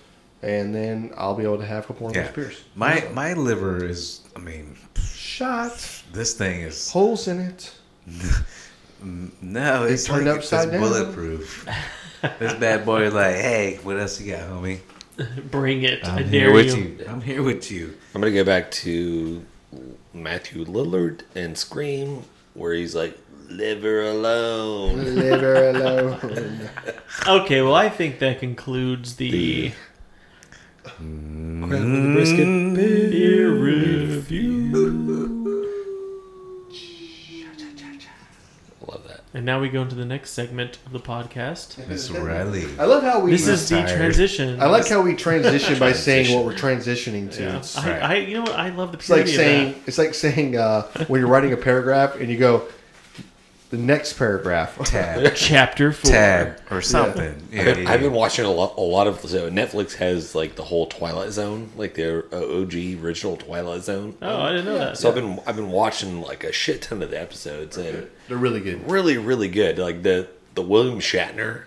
and then I'll be able to have a couple more of Yeah, those beers. my my liver is. I mean, Shot. this thing is holes in it. no. It's turned like upside it's down. bulletproof. this bad boy, is like, hey, what else you got, homie? Bring it! i I'm here dare with you. you. I'm here with you. I'm going to go back to Matthew Lillard and Scream, where he's like, "Live her alone." Liver alone. Okay, well, I think that concludes the, Crab with the brisket. Mm-hmm. beer review. Love that. And now we go into the next segment of the podcast. Miss Riley. I love how we. This is the tired. transition. I like how we transition by saying what we're transitioning to. Yeah. It's I, I, you know what? I love the like purity of saying it's like saying uh, when you're writing a paragraph and you go, the next paragraph. tab, Chapter four. tab, or something. Yeah, I've been, yeah, I've been yeah. watching a lot, a lot of so Netflix has like the whole Twilight Zone, like the OG original Twilight Zone. Oh, I didn't know that. So I've been I've been watching like a shit ton of the episodes and They're really good. really really good. Like the the William Shatner,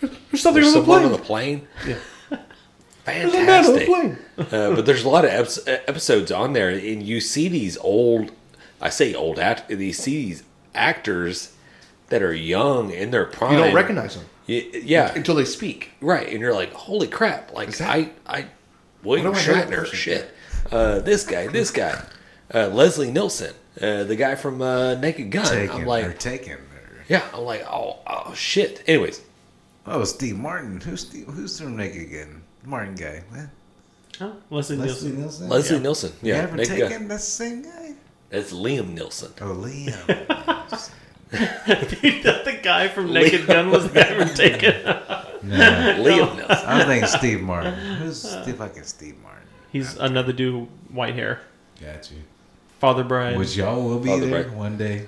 There's something there's on the someone plane. on the plane. Yeah. There's a man on the Fantastic. plane. uh, but there's a lot of eps- uh, episodes on there, and you see these old, I say old act, these see these actors that are young in their prime. You don't recognize them Y- Yeah, until they speak. right. And you're like, holy crap! Like that- I, I, William What do I know that Shatner, person? shit. Uh, this guy, this guy, uh, Leslie Nielsen, uh, the guy from uh, Naked Gun. Taken, I'm or like, taken. Or, yeah, I'm like, oh, oh shit. Anyways, oh, Steve Martin. Who's Steve, who's from Naked again? Martin guy. What? Huh? Leslie Leslie Nielsen. Nielsen. Leslie Nielsen, You yeah, ever Naked taken Gun. that same guy? That's Liam Nielsen. Oh, Liam. the guy from Naked Gun was never taken. No, Liam Nielsen. I was thinking Steve Martin. Who's Steve fucking Steve Martin? He's another dude, with white hair. got you. Father Brian. Which y'all will be Father there Bright. one day.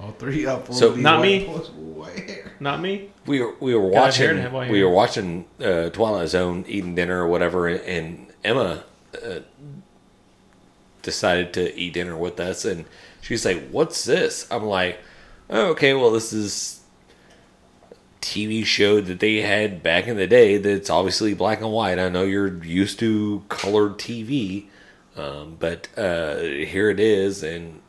All three up. So- Not me. Where? Not me. we were we were Got hair to watching have white we hair. were watching uh, Twilight Zone, eating dinner or whatever, and Emma uh, decided to eat dinner with us, and she's like, "What's this?" I'm like, oh, "Okay, well, this is TV show that they had back in the day. That's obviously black and white. I know you're used to colored TV, um, but uh, here it is, and."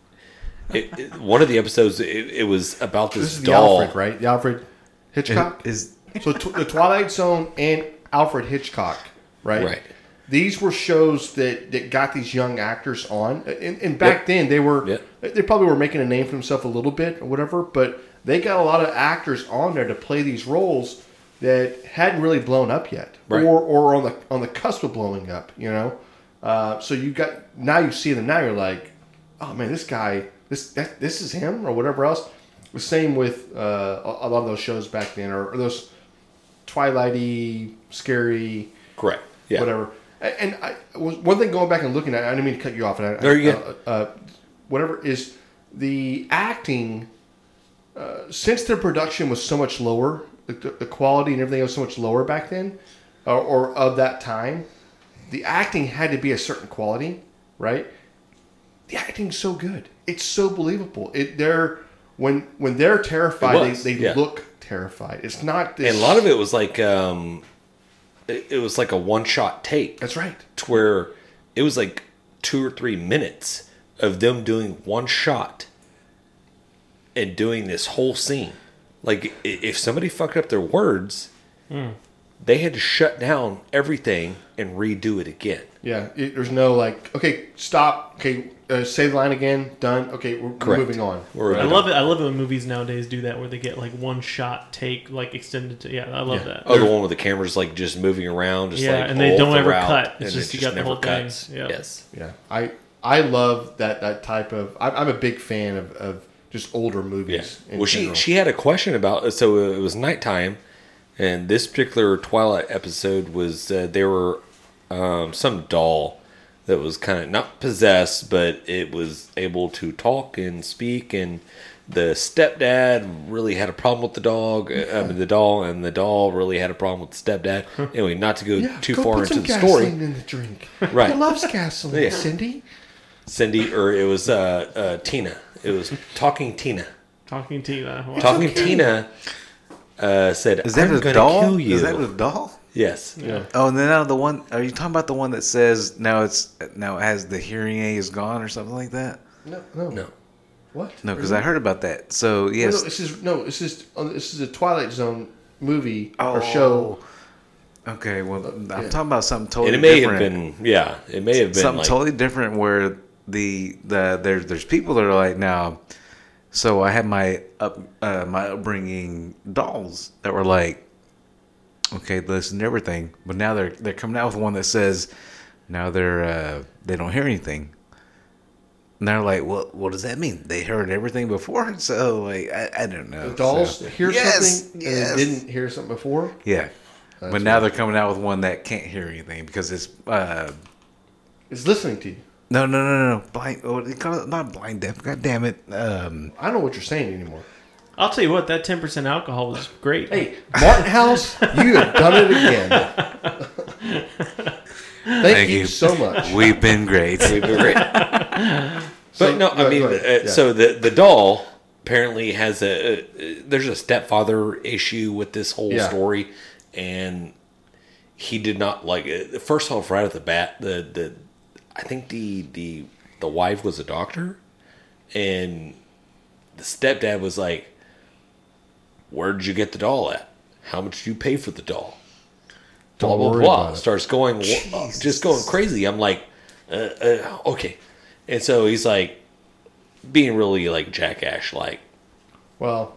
It, it- one of the episodes, it, it was about this, This is the doll. Alfred, right? The Alfred Hitchcock. Is so tw- the Twilight Zone and Alfred Hitchcock, right? Right. These were shows that, that got these young actors on, and, and back then they were Yep. they probably were making a name for themselves a little bit or whatever, but they got a lot of actors on there to play these roles that hadn't really blown up yet, Right. or or on the on the cusp of blowing up, you know. Uh, so you got now you see them now you're like, oh man, this guy, this that, this is him or whatever else. The same with uh, a a lot of those shows back then, or, or those twilighty, scary, Correct. Yeah. whatever. A- And I was one thing going back and looking at. I didn't mean to cut you off. And I, No, you're I- uh, uh, whatever is the acting. Uh, since their production was so much lower, like the, the quality and everything was so much lower back then, or, or of that time, the acting had to be a certain quality, right? The acting's so good; it's so believable. It they're when when they're terrified, was, they, they yeah. look terrified. It's not this. And a lot of it was like um it, it was like a one shot tape that's right. to where it was like two or three minutes of them doing one shot and doing this whole scene like i- if somebody fucked up their words Hmm. they had to shut down everything and redo it again Yeah, it, there's no like, okay, stop. Okay, uh, say the line again. Done. Okay, we're, we're Correct. moving on. Or- I love it. I love it when movies nowadays do that, where they get like one shot take, like extended. To, yeah, I love that. Oh, the one where the camera's like just moving around, just Yeah, like and they all don't the ever route, cut. and It's it just you got the whole thing. Yeah. Yes, Yeah, I I love that that type of. I'm, I'm a big fan of, of just older movies. in well, she general. she had a question about so it was nighttime, and this particular Twilight episode was uh, there were um, some doll that was kind of not possessed, but it was able to talk and speak, and the stepdad really had a problem with the dog. uh I mean, the doll, and the doll really had a problem with the stepdad. anyway, not to go yeah, too go far put into some the story, gasoline in the drink. Right. he loves gasoline, Yeah. Cindy. Cindy, or it was uh, uh, Tina. It was talking Tina. Talking to you. uh, Wow. Talking Tina uh, said, is that I'm a gonna doll? kill you. Is that a doll? yes. Oh, and then now the one. Are you talking about the one that says now it's now it has the hearing aid is gone or something like that? No, no, No. What? No, because I heard about that. No, So no, yes. this is no. This is oh, this is a Twilight Zone movie or Oh. show. Okay. Well, I'm Yeah. talking about something totally. And it may different. have been, yeah, it may have been something like, totally different where the the there's there's people that are like now so i had my up uh, my upbringing dolls that were like okay listen to everything but now they're they're coming out with one that says now they're uh, they don't hear anything and they're like what what does that mean they heard everything before so like i, I don't know The dolls So- hear Yes, something yes. and they didn't hear something before. yeah but now they're coming out with one that can't hear anything because it's uh It's listening to you. No, no, no, no, no. Blind. Oh, they call it not blind depth. God damn it. Um, I don't know what you're saying anymore. I'll tell you what, that ten percent alcohol was great. Hey, Martin House, you have done it again. Thank, you, you. so much. we've been great. But no, I go- mean, go uh, ahead. Yeah. so the the doll apparently has a uh, uh, there's a stepfather issue with this whole Yeah. story, and he did not like it. First off, right at the bat, the the I think the the the wife was a doctor, and the stepdad was like, "Where did you get the doll at? How much did you pay for the doll?" Blah Don't blah worry blah. about it. Starts going, uh, just going crazy. I'm like, uh, uh, okay, and so he's like, being really like jackass like Well,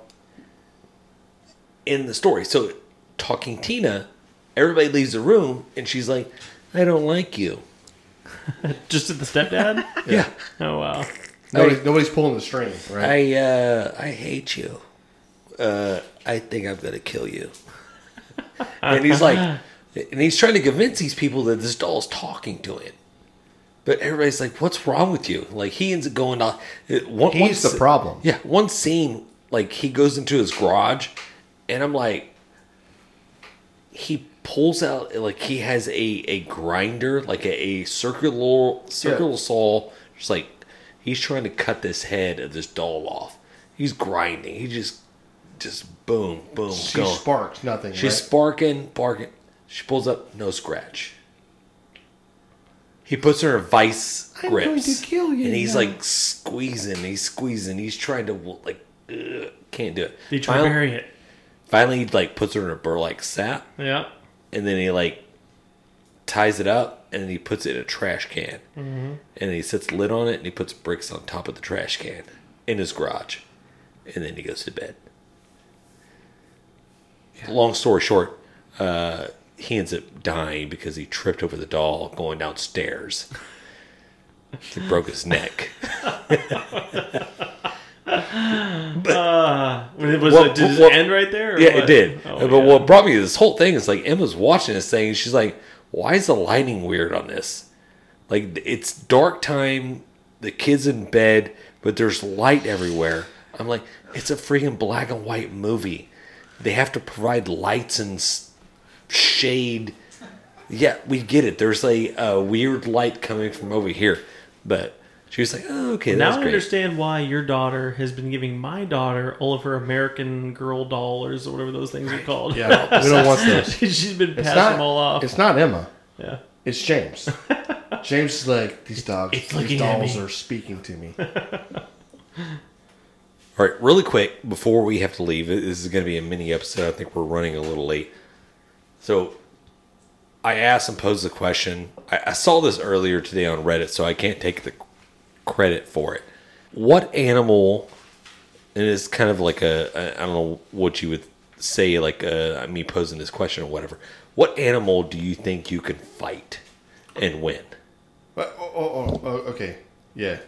in the story. So talking Tina, everybody leaves the room, and she's like, "I don't like you." Just at the stepdad? Yeah, oh wow. nobody, nobody's pulling the string, right? I uh, I hate you. Uh, I think I'm gonna kill you. and he's like, and he's trying to convince these people that this doll's talking to him. But everybody's like, "What's wrong with you?" Like he ends up going on. it- One, one He's the s- problem. Yeah, one scene like he goes into his garage, and I'm like, he pulls out like he has a a grinder, like a, a circular circular saw, just like he's trying to cut this head of this doll off. He's grinding. He just just boom boom she go. sparks nothing. She's right? sparking, barking. She pulls up, no scratch. He puts her in vice I'm grips. going to kill you And he's now. like squeezing, he's squeezing, he's trying to like, ugh, can't do it. They try to Finally- bury it. Finally, he like puts her in a burlap sack, Yeah. and then he like ties it up, and then he puts it in a trash can, and he sets lid on it, and he puts bricks on top of the trash can in his garage, and then he goes to bed. Long story short, uh, he ends up dying because he tripped over the doll going downstairs. he broke his neck. Uh, was What- it, did what- it end right there? or Yeah, what? it did. Oh, but yeah. what brought me to this whole thing is like Emma's watching this thing. And she's like, "Why is the lighting weird on this? Like it's dark time, the kids in bed, but there's light everywhere." I'm like, "It's a freaking black and white movie. They have to provide lights and s- shade." Yeah, we get it. There's a, a weird light coming from over here, but she was like, "Oh, okay, Now that's I great." understand why your daughter has been giving my daughter all of her American Girl dollars or whatever those things are called. Yeah, we don't want those. She's been It's passing not, them all off. It's not Emma. yeah. It's James. James is like these dogs. it's these looking at dolls me." are speaking to me. All right, really quick before we have to leave, this is going to be a mini episode. I think we're running a little late. So I asked and posed the question. I, I saw this earlier today on Reddit, so I can't take the credit for it. What animal, and it's kind of like a, a I don't know what you would say, like uh me posing this question or whatever. What animal do you think you can fight and win? But, oh, oh, oh, oh, okay. Yeah.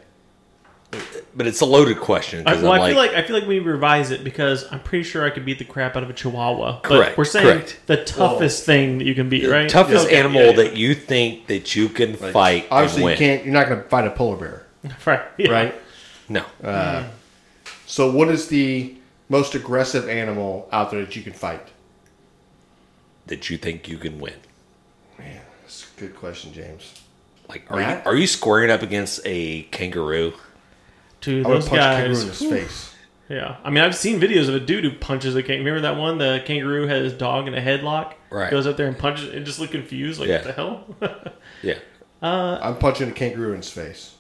But it's a loaded question. I, 'cause well, I'm I feel like I feel like we revise it because I'm pretty sure I could beat the crap out of a Chihuahua. But Correct, We're saying correct. the toughest thing that you can beat, right? toughest Okay, animal yeah, that you think that you can fight and Obviously, win. you can't. You're not going to fight a polar bear, yeah. right. yeah. right? No. Uh, So, what is the most aggressive animal out there that you can fight? that you think you can win? Man, that's a good question, James. Like, are Matt? you are you squaring up against a kangaroo? Dude, I would those punch a kangaroo guys. in his face. Yeah, I mean, I've seen videos of a dude who punches a kangaroo. Remember that one? The kangaroo had his dog in a headlock. Right. Goes up there and punches it and just look confused, like Yeah. what the hell? Yeah. I'm punching a kangaroo in his face.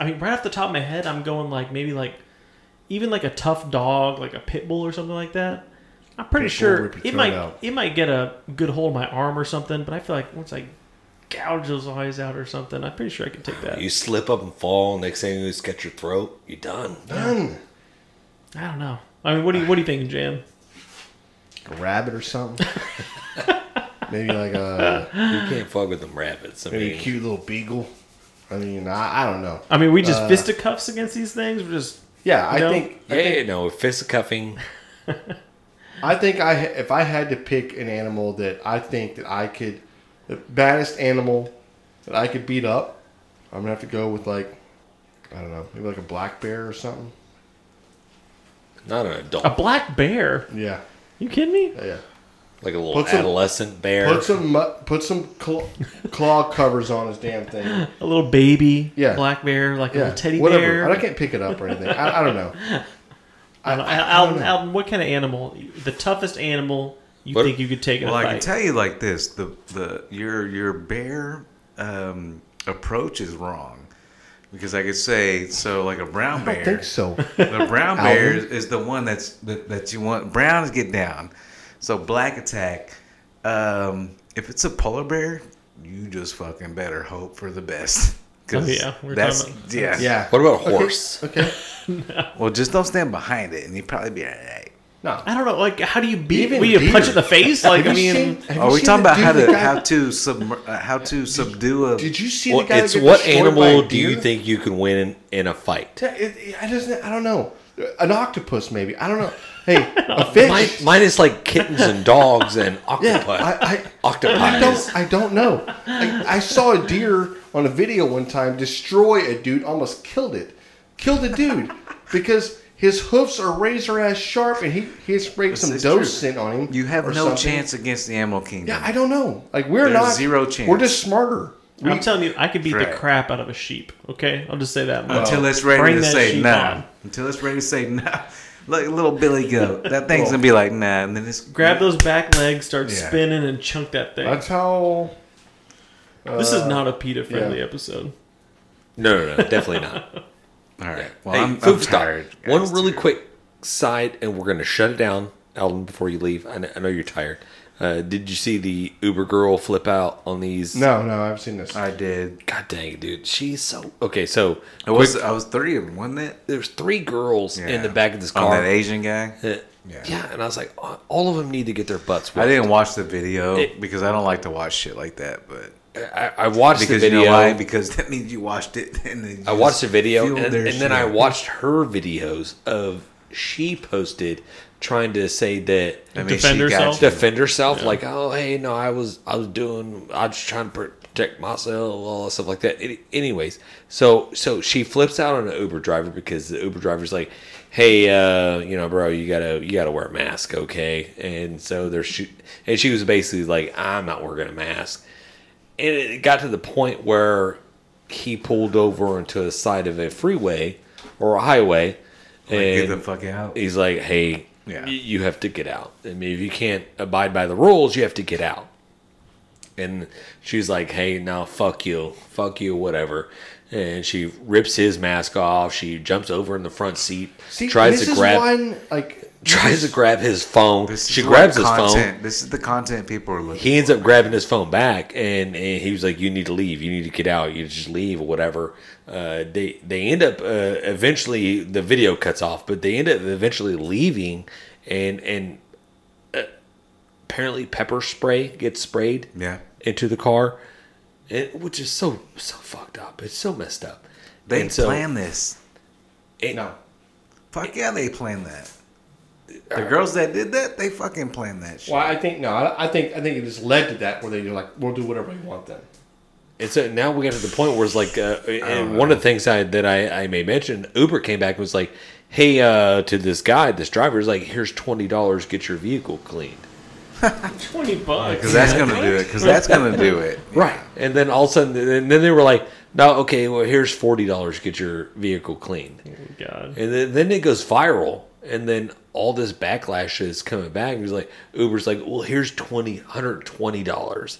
I mean, right off the top of my head, I'm going like maybe like even like a tough dog, like a pit bull or something like that. I'm pretty Pit bull sure rip your it throat might out. it might get a good hold of my arm or something, but I feel like once I gouge those eyes out or something, I'm pretty sure I could take that. You slip up and fall. Next thing you just get your throat. You're done. Done. I don't know. I mean, what do you what do you think, Jan? A rabbit or something. Maybe like a You can't fuck with them rabbits. I maybe a mean, cute little beagle. I mean, I, I don't know. I mean, we just fisticuffs against these things. We're just Yeah, I No. think yeah, no, fisticuffing. I think I if I had to pick an animal that I think that I could the baddest animal that I could beat up, I'm gonna have to go with like, I don't know, maybe like a black bear or something. Not an adult. A Oh, black bear? Yeah, You kidding me? yeah. yeah. like a little Put some- adolescent bear. Put some mu- put some claw, claw covers on his damn thing. A little baby Yeah. black bear, like a Yeah, little teddy whatever. bear. I can't pick it up or anything. I, I don't know. I don't know. Al, Al, Al, what kind of animal? The toughest animal you What- think you could take in Well, a I fight? can tell you like this: the the your your bear um, approach is wrong, because I could say so like a brown I bear. don't think so. The brown bear is, Alvin? is the one that's that, that you want. Brown is get down. So black attack. Um, if it's a polar bear, you just fucking better hope for the best. 'Cause Oh, yeah. We're that's talking about- yeah. Yeah. What about a horse? Okay. okay. Well, just don't stand behind it, and you'd probably be all right. No. I don't know. Like, how do you beat? Even Will you deer. punch it in the face? Like, Have I you mean, seen- have Are you we seen talking the about how dude to that how got- to sub uh, how to subdue a? Did you see Well, the guy? that it's got what destroyed by animal a do you deer? think you can win in, in a fight? Yeah, it- it- I just I don't know. An octopus maybe. I don't know. Hey, a fish. Mine, mine is like kittens and dogs and yeah, octopi. I, I, octopi. I don't I don't know. I, I saw a deer on a video one time destroy a dude, almost killed it, killed a dude because his hoofs are razor ass sharp and he he sprayed some is true. doe scent on him. You have or no something. chance against the animal kingdom. Yeah, I don't know. Like we're There's not zero chance. We're just smarter. I'm telling you, I could beat Right. the crap out of a sheep. Okay, I'll just say that. much. until it's ready Bring to that say sheep no. on. Until it's ready to say no. Like little Billy Goat. That thing's gonna be like nah, and then it's Grab those back legs, start Yeah. spinning, and chunk that thing. That's how. this is not a PETA friendly episode. No, no, no, definitely not. All right. Well, hey, I'm, food I'm stop. tired. guys, One really too. quick side, and we're gonna shut it down, Alvin. Before you leave, I know, I know you're tired. Uh, did you see the Uber girl flip out on these? No, no, I've seen this. I did. God dang, it, dude, she's so okay. So I was I was three of them, wasn't it? there's three girls in Yeah. the back of this On car. that Asian guy. Uh, yeah. Yeah. and I was like, "Oh, all of them need to get their butts. I Wet. didn't watch the video It- because I don't like to watch shit like that. But I, I watched because the video. you know why? Because that means you watched it. And then you I watched the just video, fueled and, their and then I shit. watched her videos of she posted trying to say that I Defend she got herself? you. defend herself, like, "Oh, hey, no, I was, I was doing, I was trying to protect myself, all that stuff like that." Any- anyways, so so she flips out on an Uber driver because the Uber driver's like, "Hey, uh, you know, bro, you gotta you gotta wear a mask, okay?" And so they're she, and she was basically like, "I'm not wearing a mask." and it got to the point where he pulled over into the side of a freeway or a highway, Get and the fuck out. he's like, "Hey, Yeah. y- you have to get out. I mean, if you can't abide by the rules, you have to get out." And she's like, "Hey, no, fuck you, fuck you, whatever." And she rips his mask off. She jumps over in the front seat, See, tries this to is grab, one like tries to grab his phone. This is She what grabs his phone content, This is the content people are looking. he ends up grabbing his phone back and, and he was like you need to leave you need to get out you just leave or whatever uh, they they end up uh, eventually the video cuts off but they end up eventually leaving and and uh, apparently pepper spray gets sprayed Yeah. into the car it, which is so so fucked up it's so messed up They And so- planned this. and- Fuck yeah, they planned that. The girls that did that, they fucking planned that shit. Well, I think no. I, I think I think it just led to that where they were like, "We'll do whatever we want." Then And so now we got to the point where it's like, uh, and one of the things I, that I, I may mention, Uber came back and was like, hey, uh, to this guy, this driver is like, here's $20, get your vehicle cleaned. Twenty bucks. Oh Because that's gonna do it. Because that's gonna do it. Right. And then all of a sudden, and then they were like, no, okay, well, here's $40, get your vehicle cleaned. God. And then, then it goes viral. And then all this backlash is coming back. He's like, Uber's like, well, here's 20 $120.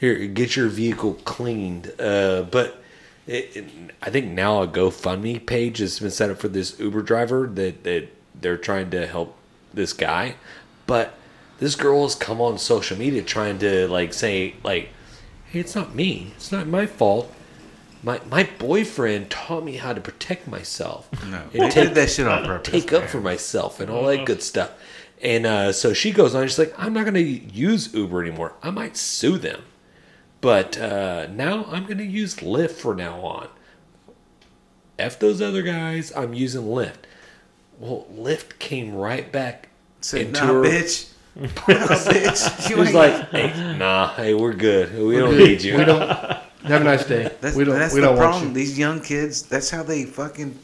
Here, get your vehicle cleaned. Uh, but it, it- I think now a GoFundMe page has been set up for this Uber driver that, that they're trying to help this guy. But this girl has come on social media trying to like say like, hey, it's not me. It's not my fault. My, my boyfriend taught me how to protect myself. No, And they take- did that shit on purpose. take up for myself and all Mm. that good stuff. And uh, so she goes on. She's like, I'm not going to use Uber anymore. I might sue them, but uh, now I'm going to use Lyft for now on. F those other guys. I'm using Lyft. Well, Lyft came right back Said, into nah, her. bitch. nah, bitch. You It was ain't like, hey, nah, hey, we're good. We don't need you. we don't Have a nice day. That's, we don't. that's we the don't problem. want you. These young kids, that's how they fucking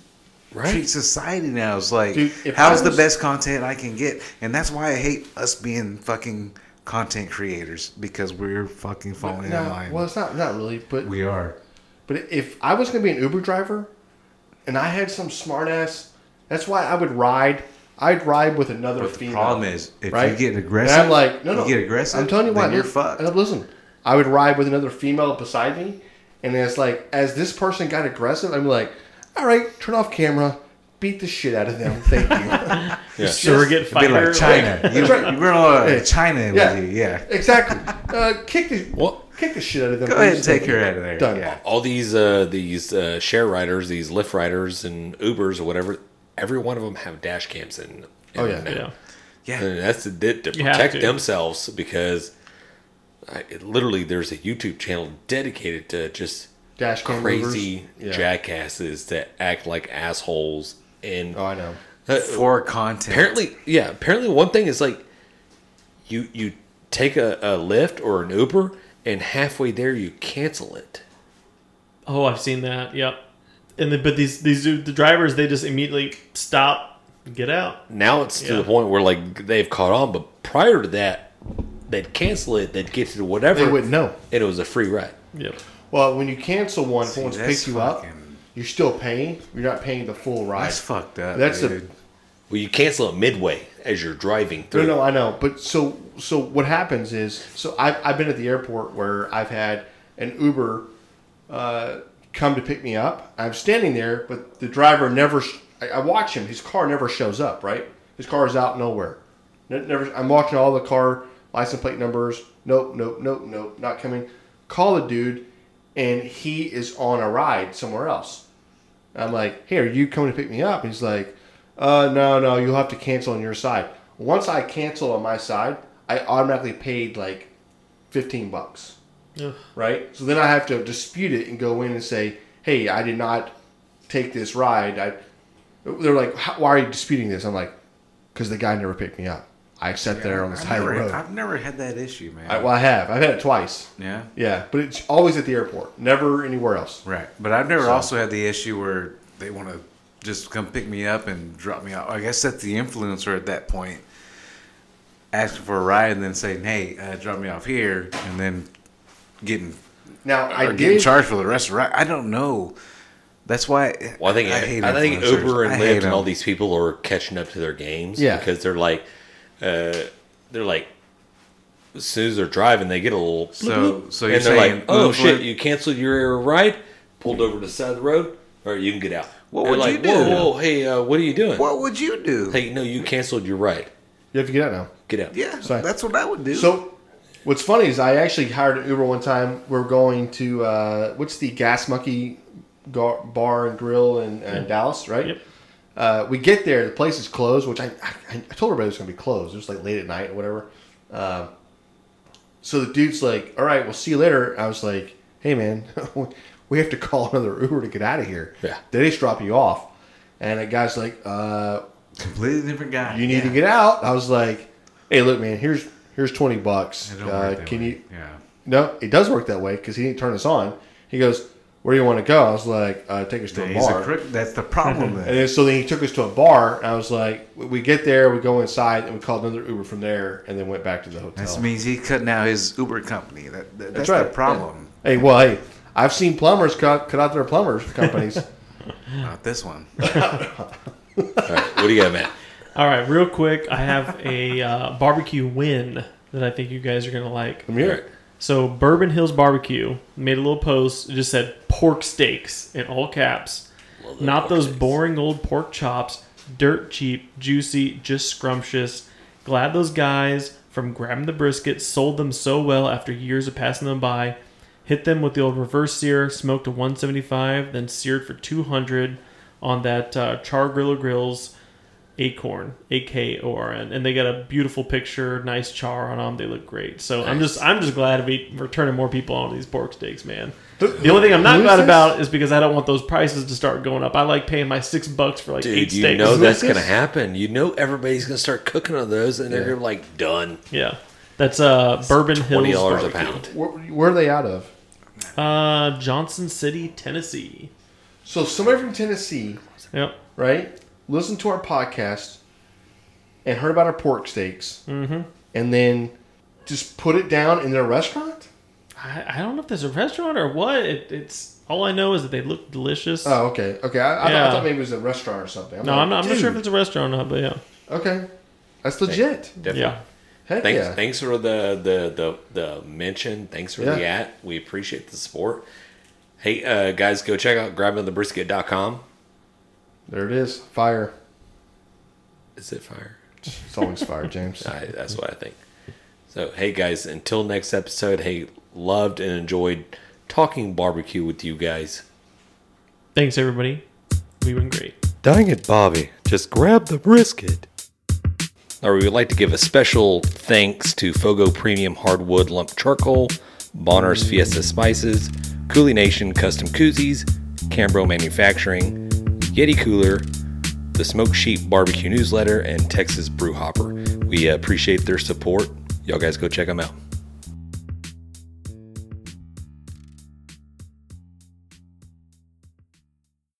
Right. treat society now. It's like, Dude, if how's I was- the best content I can get? And that's why I hate us being fucking content creators because we're fucking falling in No, line. well, it's not not really, but We are. But if I was going to be an Uber driver, and I had some smart ass, that's why I would ride. I'd ride with another But the female. problem is, if you right? get and aggressive, I'm like, no, you no, get aggressive. I'm telling you then why. you're dude. fucked. And listen, I would ride with another female beside me, and it's like, as this person got aggressive, I'm like, all right, turn off camera, beat the shit out of them, thank you. Surrogate It'd fighter. be like China. you, right. you were all Yeah. China Yeah. with you, yeah. exactly. Uh, kick the Well- kick the shit out of them. Go ahead and take her out of there. Done. Yeah. all these uh, these uh, share riders, these Lyft riders and Ubers or whatever, every one of them have dash cams in. in Oh, yeah. them now. Yeah. Yeah. And that's to, to You have protect to. themselves because I, it, literally there's a YouTube channel dedicated to just Dash cam crazy Ubers. Yeah. jackasses that act like assholes and Oh, I know. Uh, For content. apparently yeah apparently one thing is like you you take a, a Lyft or an Uber and halfway there you cancel it. Oh, I've seen that. Yep. And the, but these these the drivers they just immediately stop, get out. now it's to Yeah. the point where like they've caught on, but prior to that, they'd cancel it, they'd get to whatever, They wouldn't know. and it was a free ride. Yep. Well, when you cancel one, someone's that's picked you up. fucking- You're still paying. You're not paying the full ride. That's fucked up. That's a- dude. Well, you cancel it midway as you're driving no, through. no, I know. But so, so what happens is, so I've I've been at the airport where I've had an Uber uh, come to pick me up. I'm standing there, but the driver never. Sh- I, I watch him. His car never shows up. Right, his car is out nowhere. Ne- Never. I'm watching all the car license plate numbers. Nope, nope, nope, nope. Not coming. Call the dude, and he is on a ride somewhere else. I'm like, hey, are you coming to pick me up? And he's like, uh, no, no, you'll have to cancel on your side. Once I cancel on my side, I automatically paid like 15 bucks, Yeah. right? So then I have to dispute it and go in and say, hey, I did not take this ride. I, they're like, "How- why are you disputing this? I'm like, because the guy never picked me up. I sat there on this I've high never- road. I've never had that issue, man. I, well, I have. I've had it twice. yeah. Yeah, but it's always at the airport, never anywhere else. Right. But I've never also had the issue where they want to just come pick me up and drop me off. I guess that's the influencer at that point asking for a ride and then saying, hey, uh, drop me off here and then getting Now, I or getting did. charged for the rest of the ride. I don't know. That's why Well, I think I, hate think influencers. Uber and I Lyft hate and all 'em. these people are catching up to their games, Yeah. because they're like, uh, they're like, as soon as they're driving, they get a little So- bloop, bloop, so you're and they're saying like, oh Uber- shit, you canceled your ride, pulled over to the side of the road, all right, you can get out. What They're would you like, Whoa, do? whoa, hey, uh, what are you doing? What would you do? Hey, no, you canceled your ride. You have to get out now. Get out. yeah, Sorry. that's what I would do. So, what's funny is I actually hired an Uber one time. We're going to uh, what's the Gas Monkey gar- Bar and Grill in uh, Dallas, right? Yep. Uh, we get there, the place is closed, which I I, I told everybody it was going to be closed. It was like late at night or whatever. Uh, so the dude's like, "All right, we'll see you later." I was like, "Hey, man, we have to call another Uber to get out of here. Yeah. They just drop you off." And the guy's like, uh, completely different guy. you need to get out. I was like, hey, look, man, here's here's twenty bucks. It don't work Uh, that can way. you? Yeah. No, it does work that way because he didn't turn us on. He goes, where do you want to go? I was like, uh, take us to a He's bar. a crook. That's the problem. then. and then, so then he took us to a bar. And I was like, we- we get there, we go inside, and we called another Uber from there, and then went back to the hotel. That means he cutting out his Uber company. That, that that's, right. the problem, Hey, well, hey, I've seen plumbers cut, cut out their plumbers companies. not this one. All right, what do you got, Matt? All right, real quick, I have a uh, barbecue win that I think you guys are gonna like. From here. All right. So Bourbon Hills Barbecue made a little post. It just said pork steaks in all caps. Love that Not pork those steaks. boring old pork chops. Dirt cheap, juicy, just scrumptious. Glad those guys from grabbing the brisket sold them so well after years of passing them by. Hit them with the old reverse sear, smoked to 175, then seared for 200 on that uh, Char Griller Grills Acorn, A K O R N, and they got a beautiful picture, nice char on them. They look great. So I'm Nice. just I'm just glad to be returning more people on these pork steaks, man. The only thing I'm not Who is glad this? about is because I don't want those prices to start going up. I like paying my six bucks for like eight Dude, you steaks. know Who that's is this? going to happen. You know everybody's going to start cooking on those, and they're gonna be like, done. yeah, that's uh Bourbon Hills. $20 a barbecue. pound. Where, where are they out of? Uh, Johnson City, Tennessee. So if somebody from Tennessee, Yep. right, listened to our podcast and heard about our pork steaks, Mm-hmm. and then just put it down in their restaurant. I, I don't know if there's a restaurant or what. It, it's all I know is that they look delicious. Oh, okay, okay. I, I, thought, I Yeah. thought maybe it was a restaurant or something. no, I'm not. I'm not sure if dude, it's a restaurant or not, but yeah, Okay, that's legit. Definitely. yeah. Heck Thanks, yeah. thanks for the, the, the, the mention. Thanks for the Yeah. at. We appreciate the support. Hey, uh, guys, go check out grabbingthebrisket.com. There it is. Fire. Is it fire? It's always fire, James. I, that's what I think. So, hey, guys, until next episode, hey, loved and enjoyed talking barbecue with you guys. Thanks everybody. We've been great. Dang it, Bobby. Just grab the brisket. Or we would like to give a special thanks to Fogo Premium Hardwood Lump Charcoal, Bonner's Fiesta Spices, Cooley Nation Custom Koozies, Cambro Manufacturing, Yeti Cooler, the Smoke Sheep Barbecue Newsletter, and Texas Brew Hopper. We appreciate their support. Y'all guys go check them out.